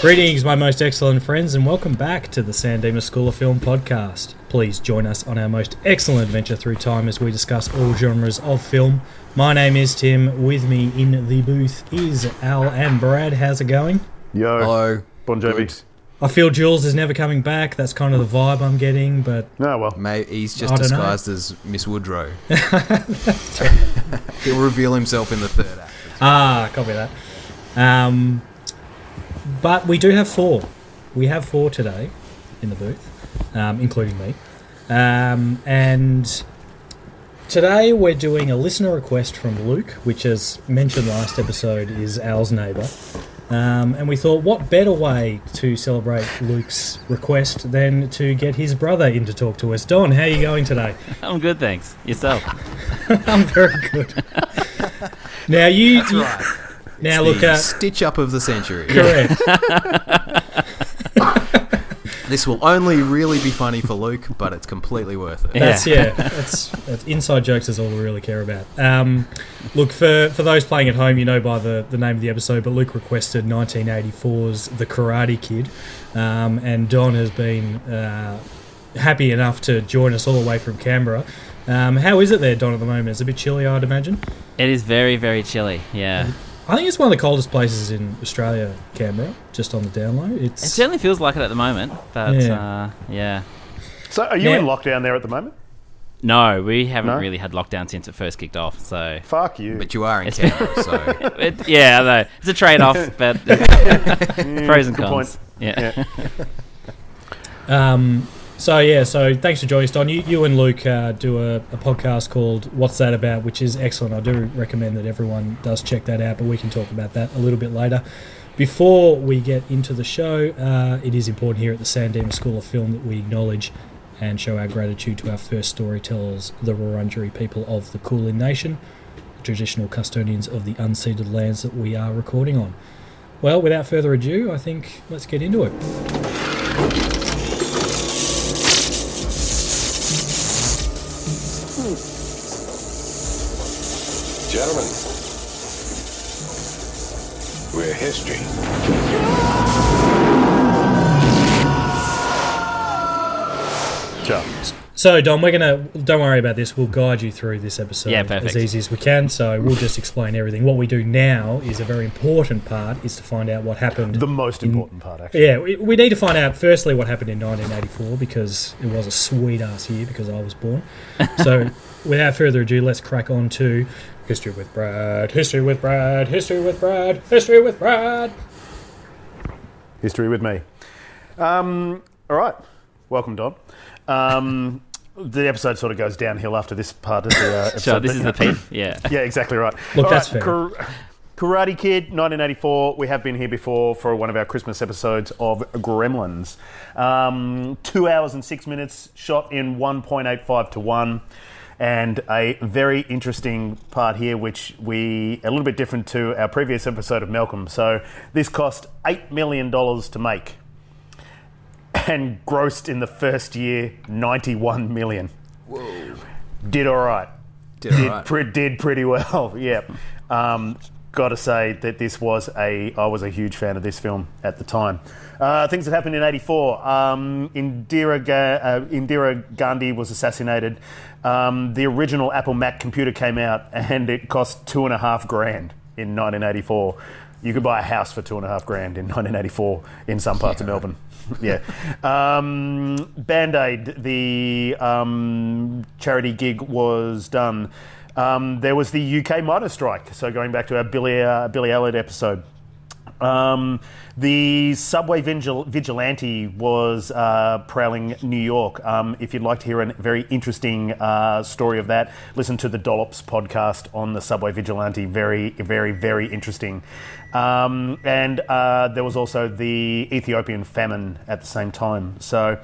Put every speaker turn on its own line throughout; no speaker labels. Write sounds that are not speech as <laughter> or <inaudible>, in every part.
Greetings, my most excellent friends, and welcome back to the San Dimas School of Film podcast. Please join us on our most excellent adventure through time as we discuss all genres of film. My name is Tim. With me in the booth is Al and Brad. How's it going?
Yo,
Hello.
Bon Jovi.
Good.
I feel Jules is never coming back. That's kind of the vibe I'm getting, but
Ah, well,
Mate, he's
I
just
don't know.
disguised as Miss
<laughs>
Woodrow. He'll reveal himself in the third act.
ah, copy that. Um, but we do have four. We have four today in the booth, um, including me. Um, and today we're doing a listener request from Luke, which, as mentioned last episode, is Al's neighbour. Um, and we thought, what better way to celebrate Luke's request than to get his brother in to talk to us? Don, how are you going today?
I'm good, thanks. Yourself?
I'm very good. now you, you- now look uh,
the
at
stitch up of the century.
correct.
This will only really be funny for Luke, but it's completely worth it.
Yeah.
That's yeah. That's, that's inside jokes is all we really care about. Um, look for for those playing at home, you know by the the name of the episode, but Luke requested 1984's The Karate Kid, um, and Don has been uh, happy enough to join us all the way from Canberra. Um, how is it there, Don, at the moment? It's a bit chilly, I'd imagine.
<laughs> It is very, very chilly. Yeah,
I think it's one of the coldest places in Australia, Canberra, just on the down low.
it certainly feels like it at the moment. But
Yeah.
yeah, uh, yeah.
so are you
Yeah.
in lockdown there at the moment?
no, we haven't
No?
really had lockdown since it first kicked off. So
Fuck you.
But you are in
It's-
Canberra, so
it, yeah, I know. it's
<laughs>
a trade-off, but pros and
good
cons.
point.
Yeah.
Yeah.
Um, so yeah, so thanks for joining us, Don. You, you and Luke uh, do a, a podcast called "What's That About," which is excellent. I do recommend that everyone does check that out, but we can talk about that a little bit later. Before we get into the show, uh, it is important here at the San Dimas School of Film that we acknowledge and show our gratitude to our first storytellers, the Wurundjeri people of the Kulin Nation, the traditional custodians of the unceded lands that we are recording on. Well, without further ado, I think let's get into it.
Gentlemen, we're history.
Sure.
So, Don, we're gonna don't worry about this. We'll guide you through this episode
Yeah,
as
perfect.
easy as we can. So we'll just explain everything. What we do now is a very important part: is to find out what happened.
The most
Mm.
important part, actually.
yeah, we, we need to find out firstly what happened in 1984 because it was a sweet ass year because I was
<laughs>
born. So, without further ado, let's crack on to history with Brad. History with Brad. History with Brad. History with Brad.
History with me. Um, all right. Welcome, Don. Um, the episode sort of goes downhill after this part
<laughs>
of the uh, episode.
So this
but-
is the peak. Yeah.
Yeah, exactly right.
Look,
All
that's
right,
fair.
Kar- Karate Kid, 1984. We have been here before for one of our Christmas episodes of Gremlins. Um, two hours and six minutes, shot in 1.85 to 1. And a very interesting part here, which we a little bit different to our previous episode of Malcolm. So this cost eight million dollars to make, and grossed in the first year ninety-one million. Whoa! Did all right
did all
did,
right.
pre- did pretty well. <laughs> yeah. Um, Got to say that this was a. I was a huge fan of this film at the time. Uh, things that happened in '84. Um, Indira, Ga- uh, Indira Gandhi was assassinated. Um, the original Apple Mac computer came out, and it cost two and a half grand in 1984. You could buy a house for two and a half grand in 1984 in some parts of Melbourne. <laughs> yeah. Um, Band Aid, the um, charity gig was done. Um, there was the UK miners' strike. So going back to our Billy, uh, Billy Elliot episode. Um, the subway vigil- vigilante was uh, prowling New York. Um, if you'd like to hear a very interesting uh, story of that, listen to the Dollops podcast on the subway vigilante. Very, very, very interesting. Um, and uh, there was also the Ethiopian famine at the same time. So,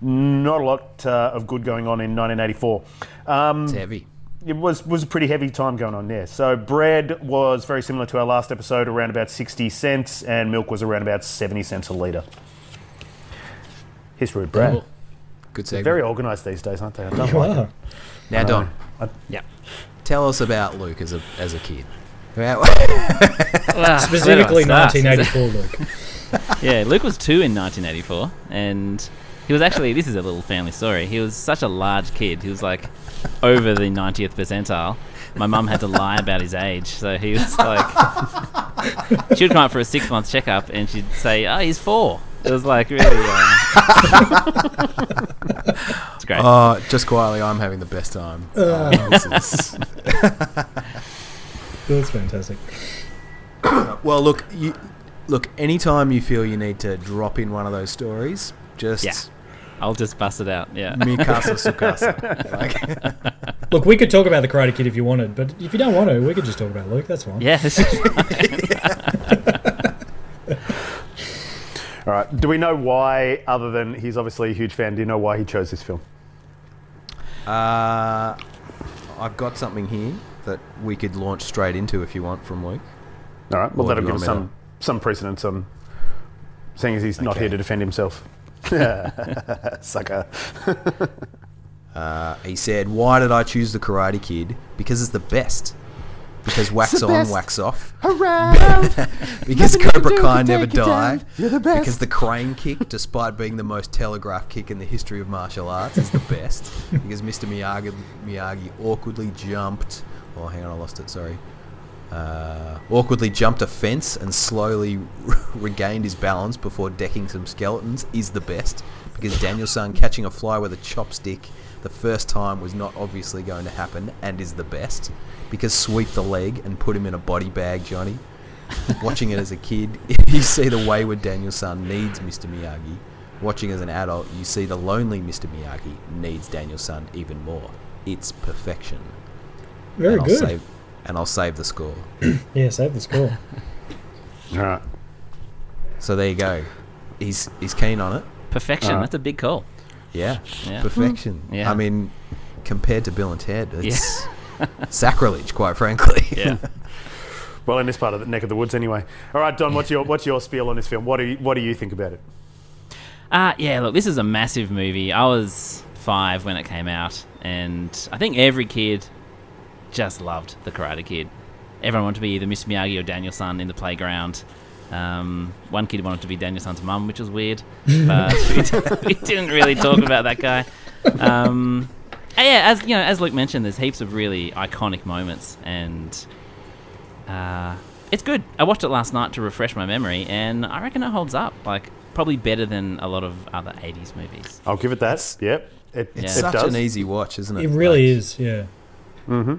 not a lot uh, of good going on in 1984. Um,
It's heavy.
it was was a pretty heavy time going on there. So bread was very similar to our last episode, around about sixty cents, and milk was around about seventy cents a liter. History of bread.
Good segue.
Very organised these days, aren't they? I don't like it.
Wow.
now, Don,
Yeah.
tell us about Luke as a
<laughs>
as a kid. How-
Well, where do I
Specifically
start?
1984, Luke.
yeah, Luke was two in 1984, and he was actually. This is a little family story. He was such a large kid. He was like over the 90th percentile. My mum had to lie about his age, so he was like. <laughs> she would come up for a six month checkup, and she'd say, "Oh, he's four. It was like really. Uh, <laughs> it's great.
Oh, just quietly, I'm having the best time. Uh, this is- <laughs>
That's fantastic.
well, look, you, look. Anytime you feel you need to drop in one of those stories, just
Yeah. I'll just bust it out. Yeah.
mi casa su casa. Like,
Look, we could talk about the Karate Kid if you wanted, but if you don't want to, we could just talk about Luke. That's fine.
Yeah. <laughs>
All right. Do we know why, other than he's obviously a huge fan, do you know why he chose this film?
uh, I've got something here that we could launch straight into if you want from Luke.
All right. Well,
Or do
that'll
you
give us
want me
some, some precedence on seeing as he's not
Okay.
here to defend himself. <laughs> Sucker.
He said, "Why did I choose the Karate Kid? Because it's the best. Because wax on, wax off. <laughs> because Cobra Kai never died. Because the crane kick, despite being the most telegraphed kick in the history of martial arts, is the best. because Mr. Miyagi, Miyagi awkwardly jumped. Oh, hang on, I lost it. Sorry. Uh, awkwardly jumped a fence and slowly <laughs> regained his balance before decking some skeletons is the best because Danielson catching a fly with a chopstick the first time was not obviously going to happen and is the best because sweep the leg and put him in a body bag, Johnny. Watching it as a kid, <laughs> you see the wayward Danielson needs Mr. Miyagi. Watching as an adult, you see the lonely Mr. Miyagi needs Danielson even more. It's perfection.
Very
and
good.
I'll save, and I'll save the score.
Yeah, save the
<laughs>
score.
All right.
So there you go. He's he's keen on it.
Perfection.
Alright.
That's a big call.
Yeah.
Yeah. Hmm.
Perfection.
Yeah.
I mean, compared to Bill and Ted,
<laughs>
it's sacrilege, quite frankly. <laughs>
Yeah.
Well, in this part of the neck of the woods, anyway. All right, Don. What's your what's your spiel on this film? What do you, what do you think about it?
Uh, yeah, look, this is a massive movie. I was five when it came out, and I think every kid just loved The Karate Kid. Everyone wanted to be either Mr. Miyagi or Daniel-san in the playground. Um, one kid wanted to be Daniel-san's mum, which was weird, but we, d- we didn't really talk about that guy. Um, and yeah, as you know, as Luke mentioned, there's heaps of really iconic moments, and uh, it's good. I watched it last night to refresh my memory, and I reckon it holds up. Like probably better than a lot of other '80s movies.
I'll give it that. yep. It,
Yeah.
it
Such
does.
an easy watch, isn't it?
It really
Like,
is, yeah. Mm-hmm.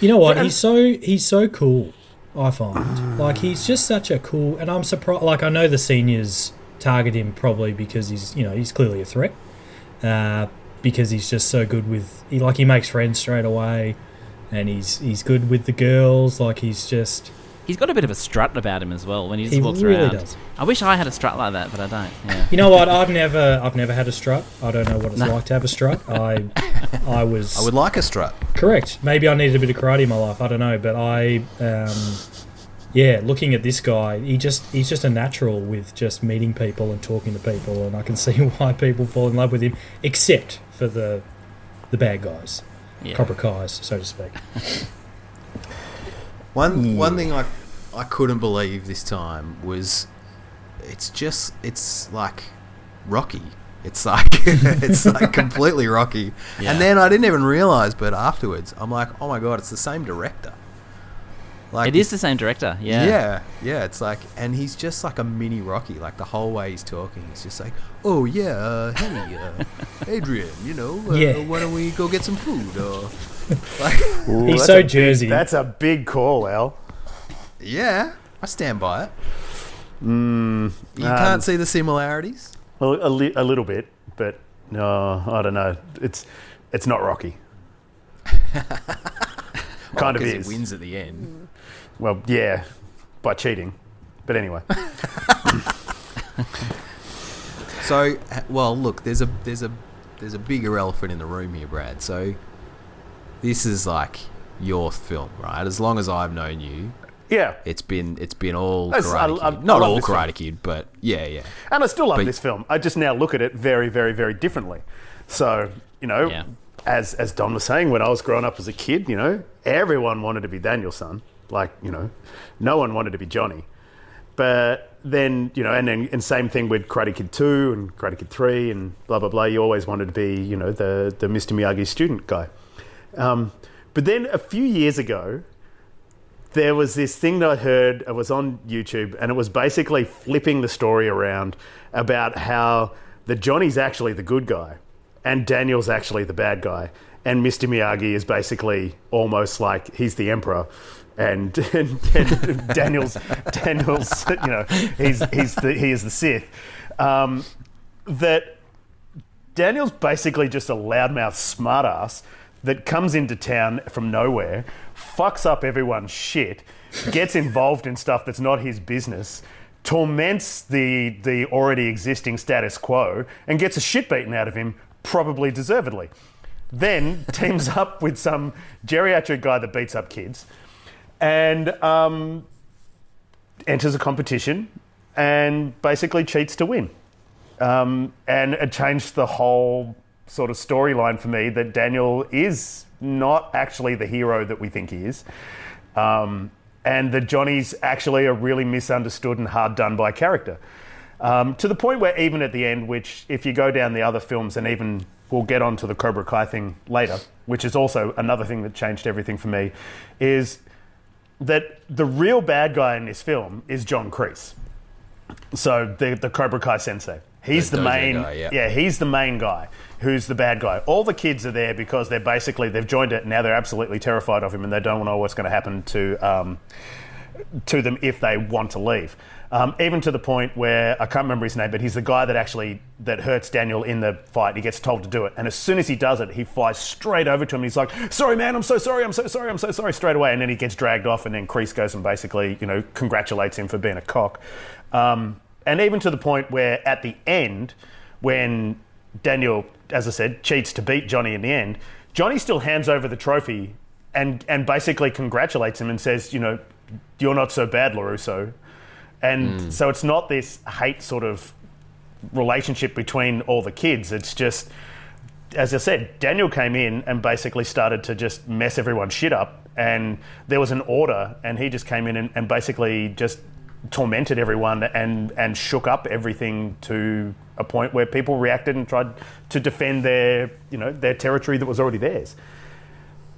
You know what? He's so he's so cool. I find like he's just such a cool, and I'm surprised. Like I know the seniors target him probably because he's you know he's clearly a threat, uh, because he's just so good with he like he makes friends straight away, and he's he's good with the girls. Like he's just
He's got a bit of a strut about him as well when he just
He
walks
really
around.
does.
I wish I had a strut like that, but I don't. Yeah.
<laughs> you know what? I've never I've never had a strut. I don't know what it's like to have a
<laughs>
strut. I I was
I would like a strut.
Correct. Maybe I needed a bit of karate in my life. I don't know, but I, um, yeah, looking at this guy, he just he's just a natural with just meeting people and talking to people, and I can see <laughs> why people fall in love with him, except for the the bad guys,
Yeah.
copper guys, so to speak.
One one thing I I couldn't believe this time was it's just it's like Rocky. It's like <laughs> it's like completely Rocky. And then I didn't even realize, but afterwards I'm like, oh my god, it's the same director. Like
It is the same director. Yeah.
Yeah, yeah. It's like, and he's just like a mini Rocky. Like the whole way he's talking, he's just like, "Oh yeah, uh, hey, uh, Adrian, you know, uh,
Yeah.
why don't we go get some food?" Or like,
Ooh,
He's
that's
so
a big-
Jersey.
that's a big call, Al.
yeah, I stand by it. you
um,
can't see the similarities.
Well, a, li- a little bit, but no, I don't know. It's it's not Rocky.
<laughs>
kind of
because
is.
he wins at the end.
Well, yeah, by cheating. But
<laughs>
anyway,
So, h- well, look, there's a there's a there's a bigger elephant in the room here, Brad. So, this is like your film, right? As long as I've known you,
yeah,
It's been it's been all
That's- I-
Karate
I-
Kid.
I
Not
love
all
this film.
Karate Kid, but yeah, yeah.
and I still love
But-
this film. I just now look at it very, very, very differently. So you know,
Yeah.
as as Don was saying, when I was growing up as a kid, you know, everyone wanted to be Daniel's son. Like you know, no one wanted to be Johnny. But then you know, and then and same thing with Karate Kid Two and Karate Kid Three and blah blah blah. You always wanted to be you know the the Mr Miyagi student guy. Um, but then a few years ago, there was this thing that I heard. It was on YouTube, and it was basically flipping the story around about how the Johnny's actually the good guy, and Daniel's actually the bad guy, and Mr. Miyagi is basically almost like he's the emperor. And, <laughs> and, and Daniel's, Daniel's, you know, he's, he's the, he is the Sith. Um, that Daniel's basically just a loudmouth smartass that comes into town from nowhere, fucks up everyone's shit, gets involved in stuff that's not his business, torments the, the already existing status quo, and gets a shit beaten out of him, probably deservedly. Then <laughs> teams up with some geriatric guy that beats up kids and um, enters a competition and basically cheats to win. Um, and it changed the whole sort of storyline for me that Daniel is not actually the hero that we think he is. Um, and that Johnny's actually a really misunderstood and hard done by character. Um, to the point where, even at the end, which if you go down the other films, and even we'll get onto the Cobra Kai thing later, which is also another thing that changed everything for me, is that the real bad guy in this film is John Kreese. So the, the Cobra Kai sensei. He's
The
the,
dojo
main,
guy, yeah.
yeah, he's the main guy who's the bad guy. All the kids are there because they're basically they've joined it. and Now they're absolutely terrified of him, and they don't know what's going to happen to um, to them if they want to leave. Um, even to the point where I can't remember his name, but he's the guy that actually that hurts Daniel in the fight. He gets told to do it, and as soon as he does it, he flies straight over to him. and He's like, "Sorry, man, I'm so sorry, I'm so sorry, I'm so sorry," straight away, and then he gets dragged off, and then Kreese goes and basically, you know, congratulates him for being a cock. Um, and even to the point where at the end, when Daniel, as I said, cheats to beat Johnny in the end, Johnny still hands over the trophy and, and basically congratulates him and says, you know, you're not so bad, LaRusso. And so it's not this hate sort of relationship between all the kids. It's just, as I said, Daniel came in and basically started to just mess everyone's shit up. And there was an order, and he just came in and, and basically just tormented everyone and, and shook up everything to a point where people reacted and tried to defend their, you know, their territory that was already theirs.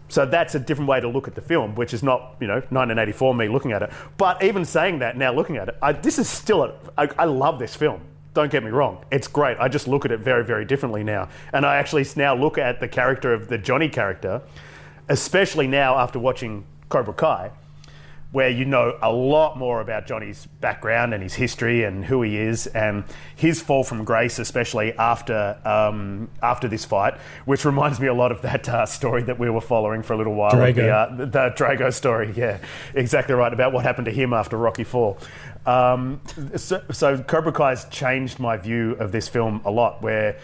So that's a different way to look at the film, which is not, you know, 1984 me looking at it. But even saying that, now looking at it, I, this is still, a, I, I love this film. Don't get me wrong. It's great. I just look at it very, very differently now. And I actually s- now look at the character of the Johnny character, especially now after watching Cobra Kai, where you know a lot more about Johnny's background and his history and who he is and his fall from grace, especially after um, after this fight, which reminds me a lot of that uh, story that we were following for a little while.
Drago.
The, uh, the Drago story, yeah, exactly right about what happened to him after Rocky Four. Um, so, so Cobra Kai's changed my view of this film a lot, where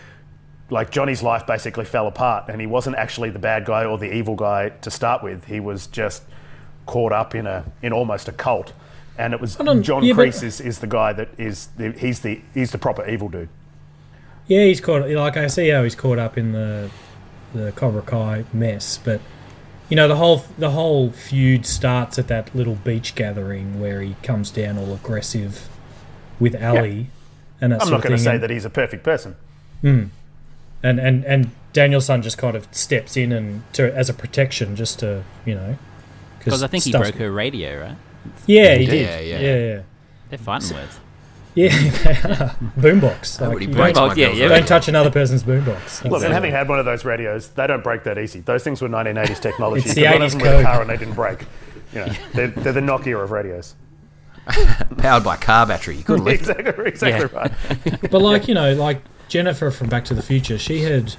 like Johnny's life basically fell apart, and he wasn't actually the bad guy or the evil guy to start with. He was just caught up in a in almost a cult, and it was
on,
John
yeah, but-
Kreese is, is the guy that is the, he's the he's the proper evil dude.
Yeah, he's caught. Like I see how he's caught up in the the Cobra Kai mess, but you know the whole the whole feud starts at that little beach gathering where he comes down all aggressive with Ali, and that
I'm
sort
not
of
going to
thing.
say
and,
that he's a perfect person.
and and and Daniel's son just kind of steps in and to, as a protection, just to you know
Because I think he
stuff-
broke her radio, right?
Yeah, he
Yeah,
did.
yeah.
Yeah, yeah,
They're fighting words.
yeah. <laughs> boombox.
How
Like,
would he
you
break
don't,
my
Well, yeah,
girl's
yeah.
radio?
don't touch another person's boombox.
Look, and
That's-
having had one of those radios, they don't break that easy. Those things were 1980s technology.
It's
You
the
could run
80s
them with a
code.
car and they didn't break. You know, they're, they're the Nokia of radios.
Powered by car battery. You couldn't lift it.
<laughs> Exactly, exactly
Yeah.
right.
But like you know, like Jennifer from Back to the Future, she had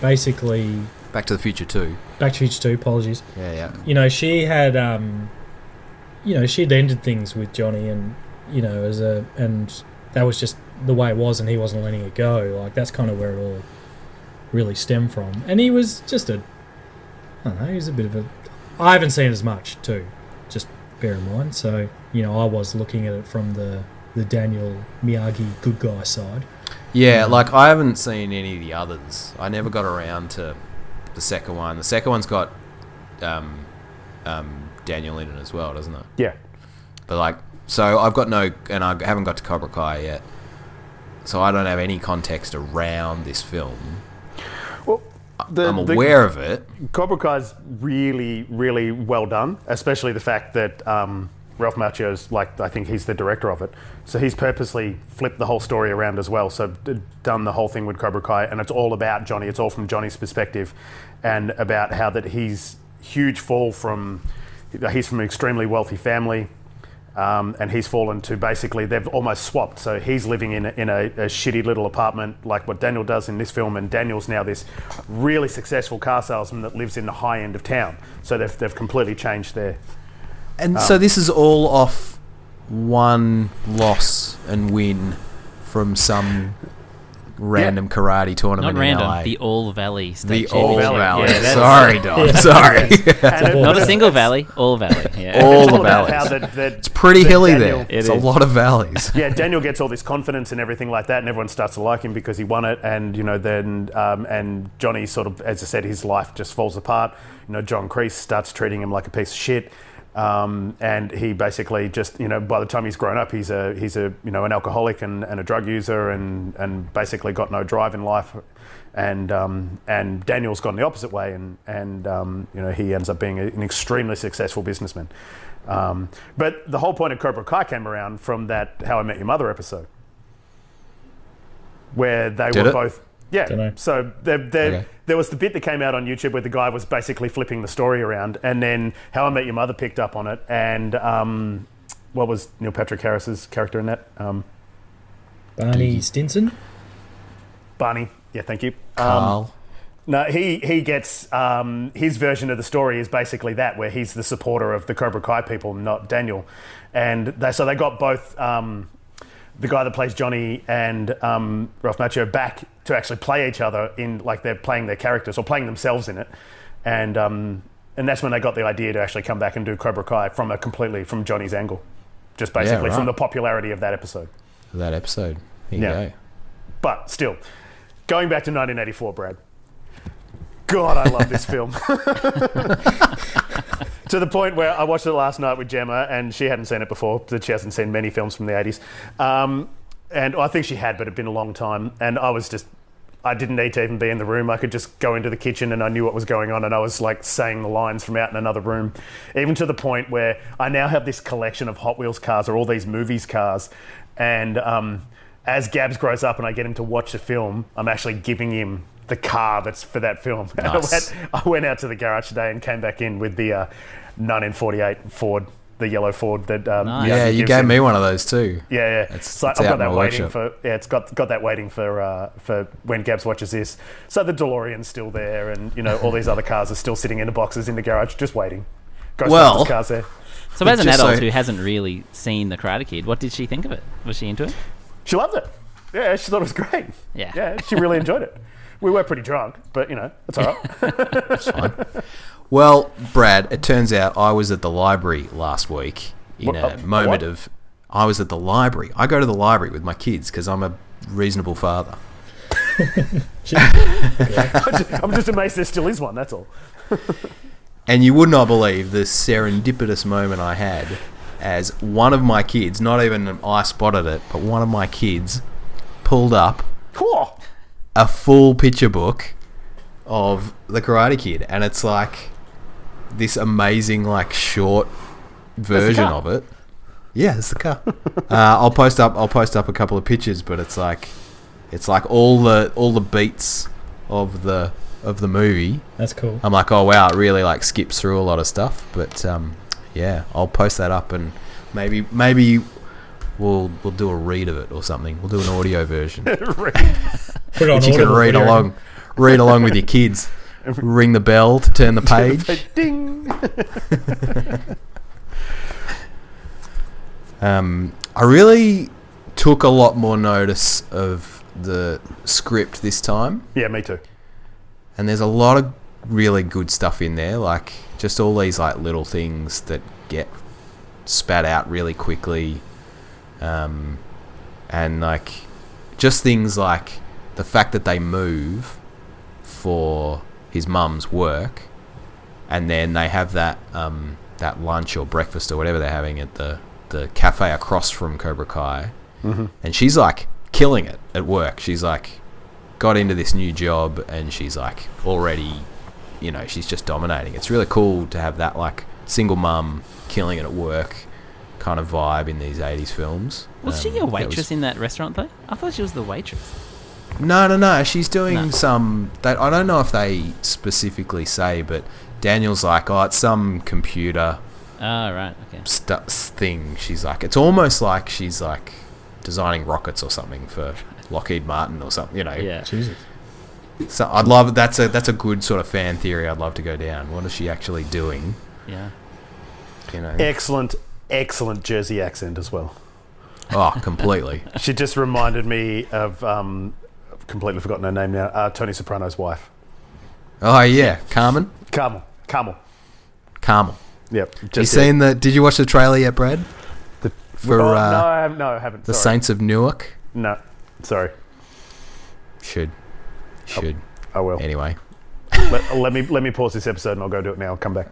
basically
Back to the Future too.
Back to the Future Two. Apologies.
Yeah, yeah.
You know, she had, um, you know, she'd ended things with Johnny, and you know, as a and that was just the way it was, and he wasn't letting it go. Like that's kind of where it all really stemmed from. And he was just a, I don't know, he was a bit of a. I haven't seen as much too. Just bear in mind. So you know, I was looking at it from the the Daniel Miyagi good guy side.
Yeah, like I haven't seen any of the others. I never got around to the second one. The second one's got um, um, Daniel in it as well, doesn't it?
Yeah.
But like, so I've got no, and I haven't got to Cobra Kai yet, so I don't have any context around this film.
Well, the,
I'm
the-
aware of it.
Cobra Kai's really, really well done, especially the fact that um, Ralph Macchio's like I think he's the director of it, so he's purposely flipped the whole story around as well. So d- done the whole thing with Cobra Kai, and it's all about Johnny. It's all from Johnny's perspective, and about how that he's huge fall from he's from an extremely wealthy family. Um, and he's fallen to basically they've almost swapped. So he's living in a, in a, a shitty little apartment, like what Daniel does in this film. And Daniel's now this really successful car salesman that lives in the high end of town. So they've they've completely changed their.
And so this is all off one loss and win from some random karate tournament
Not random.
in LA.
The All Valley State
The All
Championship.
Valley,
Valley.
yeah,
<laughs>
that's-
sorry,
<laughs>
Don. Sorry.
And it-
Not
but
a
it-
single valley. All valley. Yeah.
<laughs> all
it's
the
all about
valleys.
how that- that-
it's pretty
that
hilly
Daniel-
there. It's a
is.
lot of <laughs> valleys.
yeah, Daniel gets all this confidence and everything like that, and everyone starts to like him because he won it. And you know, then um, and Johnny sort of, as I said, his life just falls apart. You know, John Creese starts treating him like a piece of shit, um, and he basically just, you know, by the time he's grown up, he's a he's a you know an alcoholic and, and a drug user, and and basically got no drive in life. And um, and Daniel's gone the opposite way, and and um, you know he ends up being a- an extremely successful businessman. Um, but the whole point of Cobra Kai came around from that How I Met Your Mother episode, where they
Did
were
it?
both. Yeah.
Dunno.
So there, there,
Okay.
there was the bit that came out on YouTube where the guy was basically flipping the story around, and then How I Met Your Mother picked up on it, and um, what was Neil Patrick Harris's character in that? Um,
Barney Stinson.
Barney. Yeah, thank you.
Carl.
No, he he gets um, his version of the story is basically that where he's the supporter of the Cobra Kai people, not Daniel, and they, so they got both um, the guy that plays Johnny and um, Ralph Macchio back to actually play each other in like they're playing their characters or playing themselves in it, and um, and that's when they got the idea to actually come back and do Cobra Kai from a completely from Johnny's angle, just basically
right.
from the popularity of that episode.
that episode. Here
Yeah.
you go.
But still, going back to 1984, Brad. God, I love this film. <laughs> to the point where I watched it last night with Gemma, and she hadn't seen it before. That she hasn't seen many films from the 80s, um, and I think she had, but it'd been a long time. And I was just, I didn't need to even be in the room. I could just go into the kitchen, and I knew what was going on, and I was like saying the lines from out in another room. Even to the point where I now have this collection of Hot Wheels cars or all these movies cars, and um, as Gabs grows up and I get him to watch the film, I'm actually giving him the car that's for that film. <laughs> And I
Nice.
went- I went out to the garage today and came back in with the uh, 1948 Ford, the yellow Ford that. Um,
Nice.
Yeah,
Yasmin
you
gives
gave
him.
me one of those too.
Yeah, yeah.
It's-
so
it's
I've
out
got
in
that
my
waiting
workshop.
for. Yeah, it's got got that waiting for uh, for when Gabs watches this. So the DeLorean's still there, and you know all these other cars are still sitting in the boxes in the garage, just waiting. Ghostbusters
Well-
cars there.
So as an
Just so-
adult who hasn't really seen The Karate Kid, what did she think of it? Was she into it?
She loved it. Yeah, she thought it was great.
Yeah.
yeah, she really enjoyed it. We were pretty drunk, but you know, it's all right. <laughs>
Well, Brad, it turns out I was at the library last week in
What-
a
uh,
moment
what?
of. I was at the library. I go to the library with my kids because I'm a reasonable father.
I'm just amazed there still is one. That's all.
And you would not believe the serendipitous moment I had as one of my kids, not even I spotted it, but one of my kids pulled up
Cool.
a full picture book of the Karate Kid, and it's like this amazing, like short version
car.
of it. Yeah, it's the car. uh, I'll post up. I'll post up a couple of pictures, but it's like, it's like all the all the beats of the of the movie.
That's cool.
I'm like, oh wow, it really like skips through a lot of stuff. But um, yeah, I'll post that up and maybe maybe we'll we'll do a read of it or something. We'll do <laughs> an audio version
Put it on
that you can
Audible,
read
what do you reckon?
along, read along with your kids. <laughs> Ring the bell to <laughs> turn the page.
Ding.
Um, I really took a lot more notice of the script this time,
Yeah, me too.
and there's a lot of really good stuff in there, like just all these like little things that get spat out really quickly, um, and like just things like the fact that they move for his mum's work, and then they have that um, that lunch or breakfast or whatever they're having at the the cafe across from Cobra Kai, and she's like killing it at work. She's like got into this new job, and she's like already, you know, she's just dominating. It's really cool to have that like single mum killing it at work kind of vibe in these 80s films.
Was
Um,
she
that
a
was-
waitress in that restaurant though? I thought she was the waitress.
no, no, no. She's doing
No.
some. That I don't know if they specifically say, but Daniel's like, oh, it's some computer
Oh right, okay.
stu- thing. She's like, it's almost like she's like designing rockets or something for Lockheed Martin or something. You know.
Yeah.
Jesus.
So I'd love that's a that's a good sort of fan theory. I'd love to go down. What is she actually doing?
Yeah.
You know.
Excellent, excellent Jersey accent as well.
Oh, completely.
She just reminded me of, um, I've completely forgotten her name now, uh, Tony Soprano's wife.
Oh yeah,
<laughs>
Carmen.
Carmel. Carmel.
Carmel.
Yep. Just
You
it.
seen the? Did you watch the trailer yet, Brad? for
Oh,
uh,
no, I haven't, no, I haven't.
the
sorry.
Saints of Newark?
No, sorry.
Should.
Oh.
Should.
I will.
Anyway.
let, let me let me pause this episode and I'll go do it now. I'll come
<laughs>
back.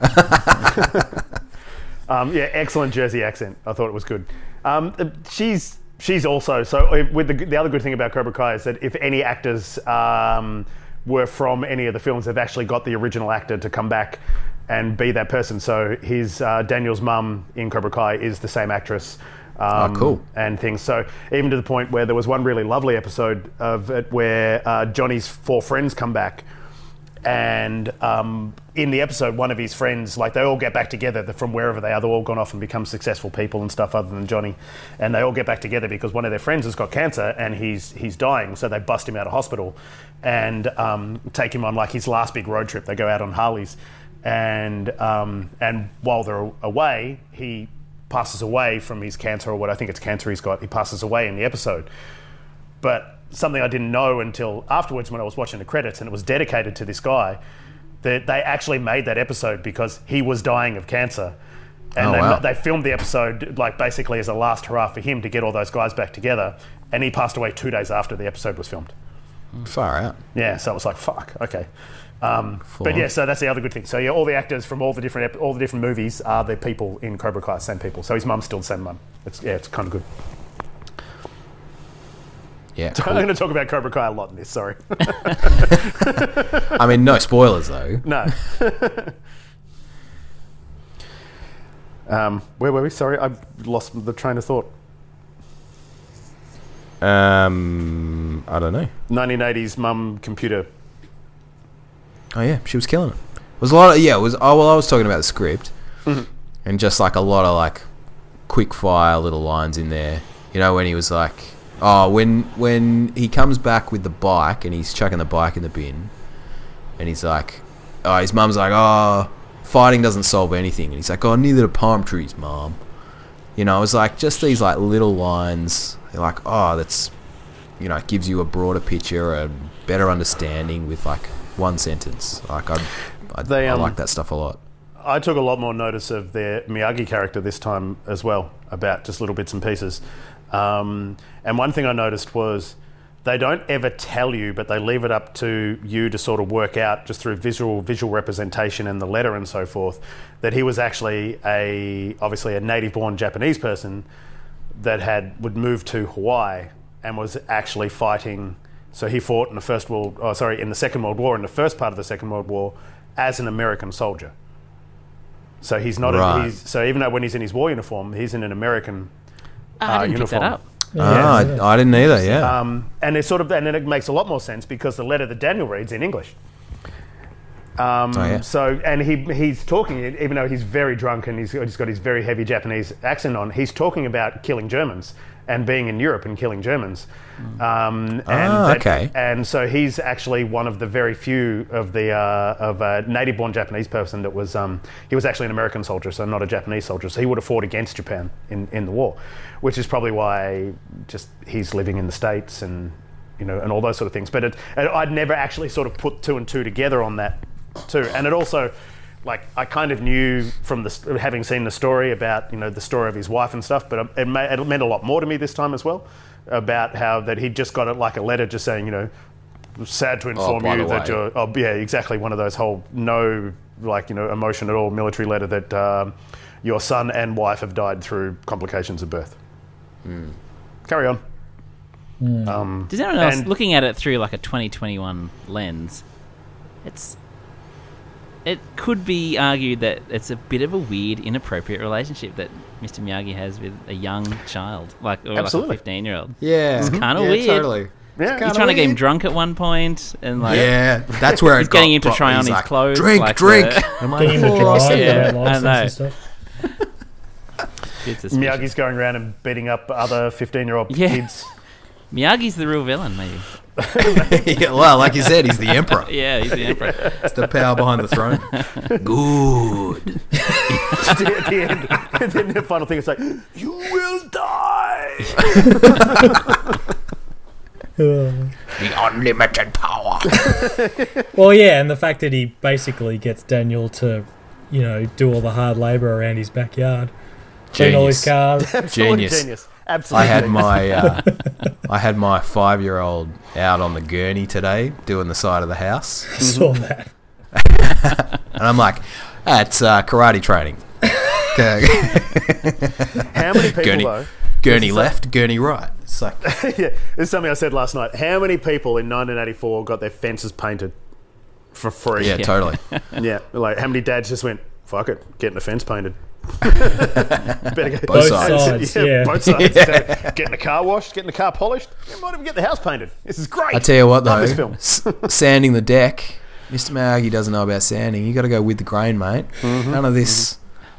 um, yeah, excellent Jersey accent. I thought it was good. Um, uh, she's she's also so uh, with the the other good thing about Cobra Kai is that if any actors um, were from any of the films, they've actually got the original actor to come back and be that person. So his uh, Daniel's mum in Cobra Kai is the same actress. Um,
Ah, cool.
and things. So even to the point where there was one really lovely episode of it where uh, Johnny's four friends come back, and um, in the episode, one of his friends, like they all get back together they're from wherever they are. They've all gone off and become successful people and stuff, other than Johnny, and they all get back together because one of their friends has got cancer and he's he's dying. So they bust him out of hospital and um, take him on like his last big road trip. They go out on Harleys. And um, and while they're away, he passes away from his cancer or what I think it's cancer he's got. He passes away in the episode. But something I didn't know until afterwards when I was watching the credits and it was dedicated to this guy that they actually made that episode because he was dying of cancer. And
Oh,
they,
wow.
they filmed the episode like basically as a last hurrah for him to get all those guys back together. And he passed away two days after the episode was filmed.
Far out.
Yeah, so it was like fuck, okay. Um,
Full
but
on.
yeah, so that's the other good thing. So yeah, all the actors from all the different ep- all the different movies are the people in Cobra Kai, same people. So his mum's still the same mum. It's yeah, it's kind of good. <laughs>
Yeah.
I'm
cool.
going to talk about Cobra Kai a lot in this.
<laughs>
Sorry,
I mean, no spoilers though.
no. um, where were we? Sorry, I lost the train of thought.
Um, I don't know.
1980s mum computer.
Oh yeah, she was killing it. It was a lot of yeah. It was oh well. I was talking about the script, and just like a lot of like quick fire little lines in there. You know when he was like, oh when when he comes back with the bike and he's chucking the bike in the bin, and he's like, oh his mum's like, oh fighting doesn't solve anything, and he's like, oh neither do palm trees, mum. You know, it was like just these like little lines. You're like, oh, that's you know, it gives you a broader picture, a better understanding with like one sentence. Like I, I,
They, um,
I like that stuff a lot.
I took a lot more notice of their Miyagi character this time as well, about just little bits and pieces. Um, and one thing I noticed was they don't ever tell you, but they leave it up to you to sort of work out just through visual visual representation and the letter and so forth that he was actually a obviously a native-born Japanese person that had would move to Hawaii and was actually fighting. So he fought in the first world, oh, sorry, in the Second World War, in the first part of the Second World War, as an American soldier. So he's not. A,
Right.
he's, so even though when he's in his war uniform, he's in an American
Oh, I
uh,
didn't pick
uniform.
that up.
Ah,
yeah.
I, I didn't either. Yeah,
Um, and it's sort of, and then it makes a lot more sense because the letter that Daniel reads in English. Um,
Oh, yeah.
So, and he he's talking, even though he's very drunk and he's, he's got his very heavy Japanese accent on. He's talking about killing Germans and being in Europe and killing Germans. Um, and
Ah, okay.
And so he's actually one of the very few of the uh, of a native-born Japanese person that was um, he was actually an American soldier, so not a Japanese soldier. So he would have fought against Japan in, in the war, which is probably why just he's living in the states and you know and all those sort of things. But it, and I'd never actually sort of put two and two together on that too, and it also. Like I kind of knew from the st- having seen the story about you know the story of his wife and stuff, but it, ma- it meant a lot more to me this time as well about how that he just got it like a letter just saying, you know, sad to inform
Oh, by
you
the
that
way.
you're, oh, yeah, exactly one of those whole no, like, you know, emotion at all military letter that um, your son and wife have died through complications of birth.
Hmm.
Carry on.
Does anyone else
And-
looking at it through like a 2021 lens? It's it could be argued that it's a bit of a weird, inappropriate relationship that Mr. Miyagi has with a young child, like or like a
Absolutely.
15 year old.
Yeah,
It's kinda
yeah,
weird.
Totally.
Yeah.
It's kinda
He's trying to get him
weird.
drunk at one point, and like
Yeah, that's where
He's
it got
getting him to
pro-
try on
he's
his
like,
clothes,
Drink,
like uh,
drink.
<laughs> the-
Am I
Getting him to
lost
drive
it?
without
Yeah, I
license
know.
and stuff.
it's suspicious.
Miyagi's going around and beating up other 15 year old
Yeah.
kids. <laughs>
Miyagi's the real villain, maybe.
<laughs> yeah, well, like you said, he's
<laughs>
the emperor.
Yeah, he's the emperor.
It's the power behind the
<laughs>
throne. Good.
at the end. And then the final thing is like, you will die.
The unlimited power.
Well, yeah, and the fact that he basically gets Daniel to, you know, do all the hard labor around his backyard, clean all his
Genius.
cars.
<laughs>
Absolute
Genius.
genius.
I
Absolutely.
had
<laughs>
my uh, I had my five year old out on the gurney today doing the side of the house,
I saw that.
and I'm like, that's uh, karate
<laughs>
training. Okay.
<laughs> How many people,
gurney,
though? <laughs>
gurney left, gurney right. It's
<laughs>
like
yeah, this is something I said last night. How many people in 1984 got their fences painted for free?
yeah, totally.
Yeah, like how many dads just went, fuck it, getting a fence
<laughs>
painted? Better go. <laughs>
Both sides.
sides, yeah.
both sides. So, Getting the car washed, getting the car polished. You might even get the house painted. This is great.
I tell you what
Love
though,
this film.
s- sanding the deck. Mr. Maggie doesn't know about sanding. You got to go with the grain, mate.
Mm-hmm.
None of this,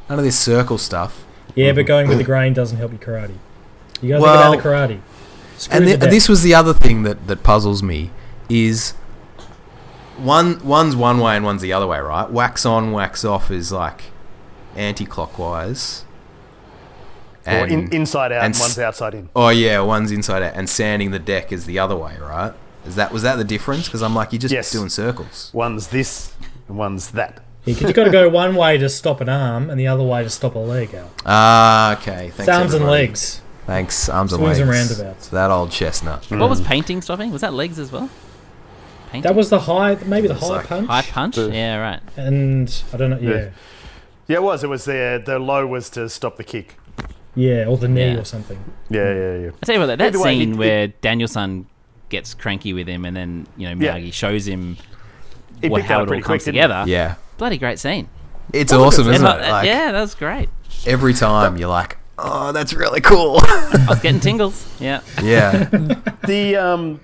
none of this circle stuff.
Yeah, but going with the grain doesn't help your karate. You gotta
Well-
think about the karate. Screw
and
the
thi-
deck.
this was the other thing that, that puzzles me is one one's one way and one's the other way, right? Wax on, wax off is like anti-clockwise.
or in, inside out,
and
and
s-
one's outside in.
oh yeah, one's inside out, and sanding the deck is the other way, right? Is that was that the difference? Because I'm like, you're just
Yes.
doing circles.
One's this, and one's that.
Yeah, 'cause you gotta go one way to stop an arm and the other way to stop a leg out.
Ah, okay. Thanks,
It's arms and
everybody.
legs.
Thanks, arms and
Swings
legs.
and roundabouts.
That old chestnut.
What was painting stopping? Was that legs as well? Painting?
That was the high, maybe the high
like
punch.
high punch. Yeah, right.
and I don't know, yeah.
Yeah, it was. It was the the low was to stop the kick.
Yeah, or the knee
Yeah.
or something.
Yeah, yeah, yeah.
I tell you what, that, that
Either way, he-
scene
he-
where Danielson gets cranky with him, and then you know
Yeah.
Miyagi shows him
He
what,
picked that up
how it all
pretty
comes
quick, didn't he?
together.
Yeah,
bloody great scene.
it's awesome, isn't
And
it?
I- uh,
Like
yeah, that was great.
every time you're like, oh, that's really cool. <laughs>
I was getting tingles. Yeah,
yeah.
the um,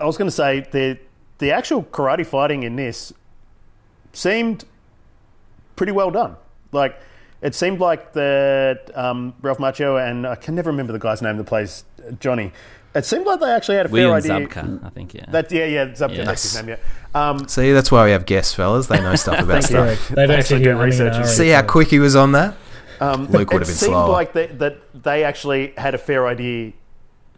I was going to say the the actual karate fighting in this seemed pretty well done. Like it seemed like that um, Ralph Macchio and I can never remember the guy's name that plays uh, Johnny. It seemed like they actually had a fair
William
idea.
Zabka, I think. Yeah,
That yeah yeah Zabka
Yeah.
that's his name yeah. Um,
See, that's why we have guests, fellas. They know stuff about stuff.
Correct. They don't sit
actually
here
do
humming and
research and
ahhing.
See how quick he was on that? Luke would
Um, it
have been
seemed
slower.
like they, that they actually had a fair idea.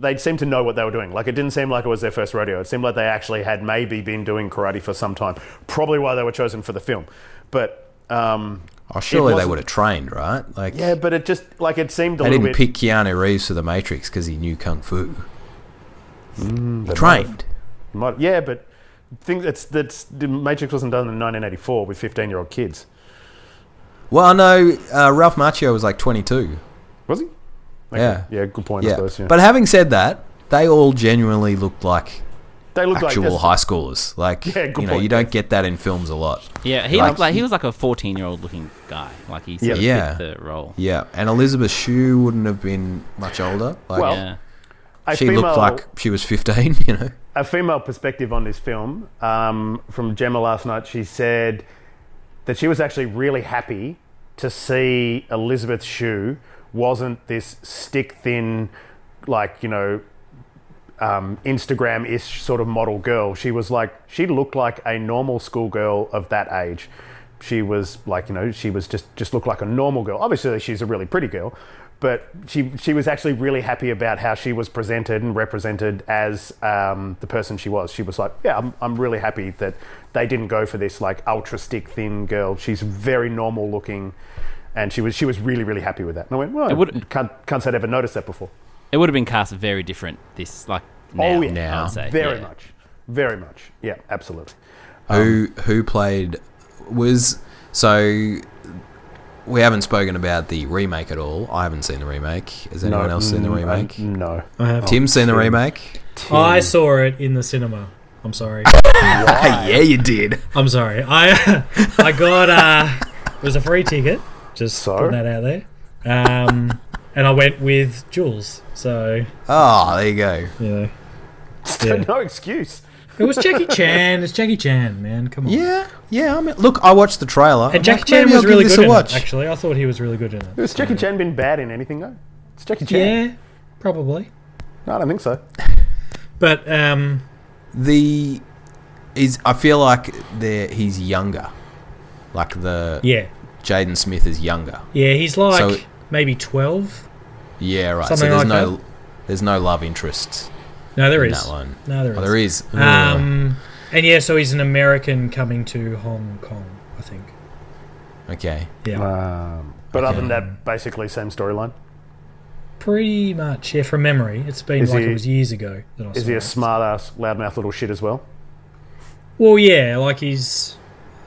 They seemed to know what they were doing. Like it didn't seem like it was their first rodeo. It seemed like they actually had maybe been doing karate for some time. Probably why they were chosen for the film. But um,
oh, surely they
wasn't-
would have trained, right? Like,
yeah, but it just like it seemed a
they
little
didn't
bit.
pick Keanu Reeves for the Matrix because he knew kung fu.
Mm,
he trained.
Might- yeah, but think that's that's the Matrix wasn't done in 1984 with 15 year old kids,
Well, no, uh, Ralph Macchio was like 22.
was he?
Yeah.
Yeah, good point. I
Yeah.
suppose. Yeah.
But having said that, they all genuinely looked like
they look
actual
like
high schoolers. Like,
Yeah,
you
good
know,
point,
you don't get that in films a lot.
yeah. He
Like-
looked like he was like a fourteen-year-old looking guy. Like he sort
Yeah.
of fit the role.
Yeah, and Elizabeth Shue wouldn't have been much older. Like,
Well,
Yeah.
a
she
female-
looked like she was 15, <laughs> you know?
a female perspective on this film um, from Gemma last night. She said that she was actually really happy to see Elizabeth Shue wasn't this stick thin, like you know, um, Instagram ish sort of model girl. She was like she looked like a normal schoolgirl of that age. She was like you know she was just just looked like a normal girl. Obviously she's a really pretty girl, but she she was actually really happy about how she was presented and represented as um, the person she was. She was like yeah I'm I'm really happy that they didn't go for this like ultra stick thin girl. She's very normal looking. And she was she was really really happy with that. And I went, well, I
would-
can't can't say I'd ever noticed that before.
It would have been cast very different. This like now,
oh yeah,
I would say.
very
Yeah.
much. Very much. Yeah, absolutely.
who
Um.
who played was so we haven't spoken about the remake at all. I haven't seen the remake. Has anyone else seen the
mm, I-
remake?
no. Oh,
I have.
Tim's seen the
Tim. <laughs>
remake.
I saw it in the cinema. I'm sorry.
Ah, yeah, you did.
I'm sorry. I <laughs> I got uh, it was a free ticket. Just
So?
putting that out there. Um, and I went with Jules. So
Oh, there you go.
you know,
Tim. no excuse.
it was
<laughs>
Jackie Chan. It's Jackie Chan, man. Come on.
Yeah, yeah. I mean, look, I watched the trailer. I'm
And Jackie
like,
Chan
maybe
was
I'll
really
give this
good
a
in
watch.
it. Actually, I thought he was really good in it.
Has Jackie Chan been bad in anything though? It's Jackie Chan.
Yeah, probably.
No, I don't think so.
But um,
The is I feel like there he's younger. Like the
yeah,
Jaden Smith is younger.
yeah, he's like
So-
maybe twelve.
Yeah, right.
Something
so
like
there's no
that.
there's no love interest
No, there
in
is.
that one.
No, there is.
Oh, there is.
Um, and yeah, so he's an American coming to Hong Kong, I think.
okay.
Yeah,
Um, but other than that, basically same storyline.
pretty much. Yeah, from memory, it's been
Is
like
he-
it was years ago that I saw.
Is he a
it.
smart ass, loudmouth little shit as well?
Well, yeah, like he's.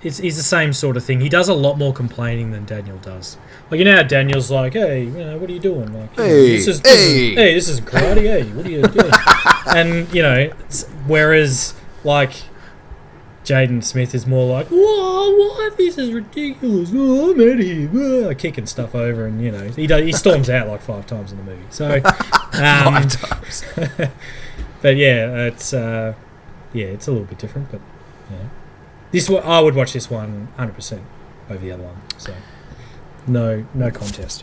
It's, he's the same sort of thing. He does a lot more complaining than Daniel does. Like you know, how Daniel's like, "Hey, you know, what are you doing? Like, you know,
Hey,
this is, this
hey."
is hey, this is karate. Hey, what are you
<laughs>
doing?" and you know, s- whereas like Jaden Smith is more like, "Whoa, what? This is ridiculous! Oh, I'm out of here!" Whoa," kicking stuff over, and you know, he does, he storms out like five times in the movie.
<laughs>
So, um, <laughs>
Five times.
but yeah, it's uh, yeah, it's a little bit different. But yeah, this one I would watch this one 100 percent over the other one. So no, no contest.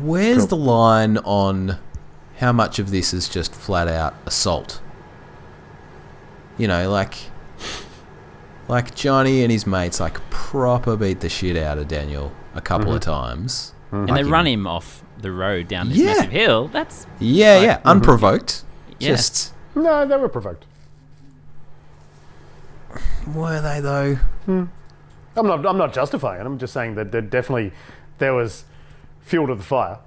Where's the line on how much of this is just flat out assault? You know, like like Johnny and his mates like proper beat the shit out of Daniel a couple
Mm-hmm.
of times.
and they run him off the road down this
Yeah.
massive hill. That's
Yeah, yeah,
mm-hmm.
unprovoked.
Yeah.
Just
No, they were provoked.
were they though?
I'm not. I'm not justifying. it. I'm just saying that there definitely there was fuel to the fire.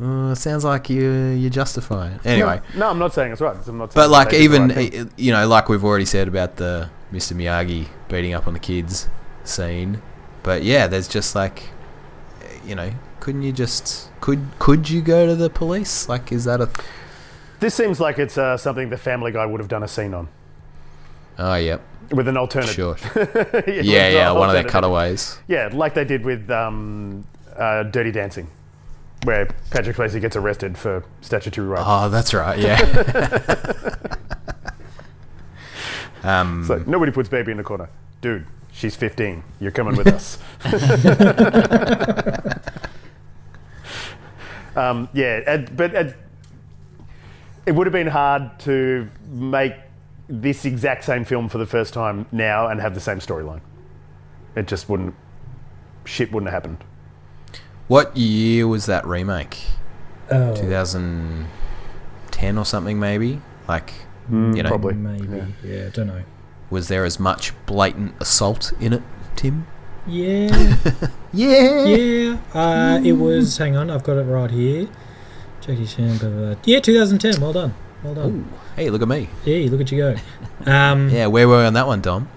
Uh, sounds like you you justify it. Anyway,
No, I'm not saying it's right. I'm not.
But
saying
like
they did the
even
right thing.
eh, you know like we've already said about the Mr Miyagi beating up on the kids scene, but yeah, there's just like eh, you know couldn't you just could could you go to the police? Like is that a th-
this seems like it's uh, something the Family Guy would have done a scene on
oh yep
with an alternative.
<laughs> sure
<laughs> yeah,
yeah yeah one of their
alternative.
cutaways
Yeah, like they did with um, uh, Dirty Dancing, where Patrick Swayze gets arrested for statutory rape.
oh that's right yeah <laughs> Um,
It's like nobody puts baby in the corner, dude. She's 15. You're coming with
<laughs>
us. um, yeah, and, but and it would have been hard to make this exact same film for the first time now and have the same storyline. It just wouldn't. Shit wouldn't have happened.
what year was that remake
Oh,
2010 or something maybe like you know
Probably.
maybe. Yeah, I don't know.
was there as much blatant assault in it Tim
Yeah,
yeah
yeah. Uh, it was. Hang on, I've got it right here. Jackie Chan. Blah, blah, blah. Yeah, 2010. Well done. Well done.
Ooh, hey look at me
Yeah, look at you go. Um,
Yeah, where were we on that one, Dom?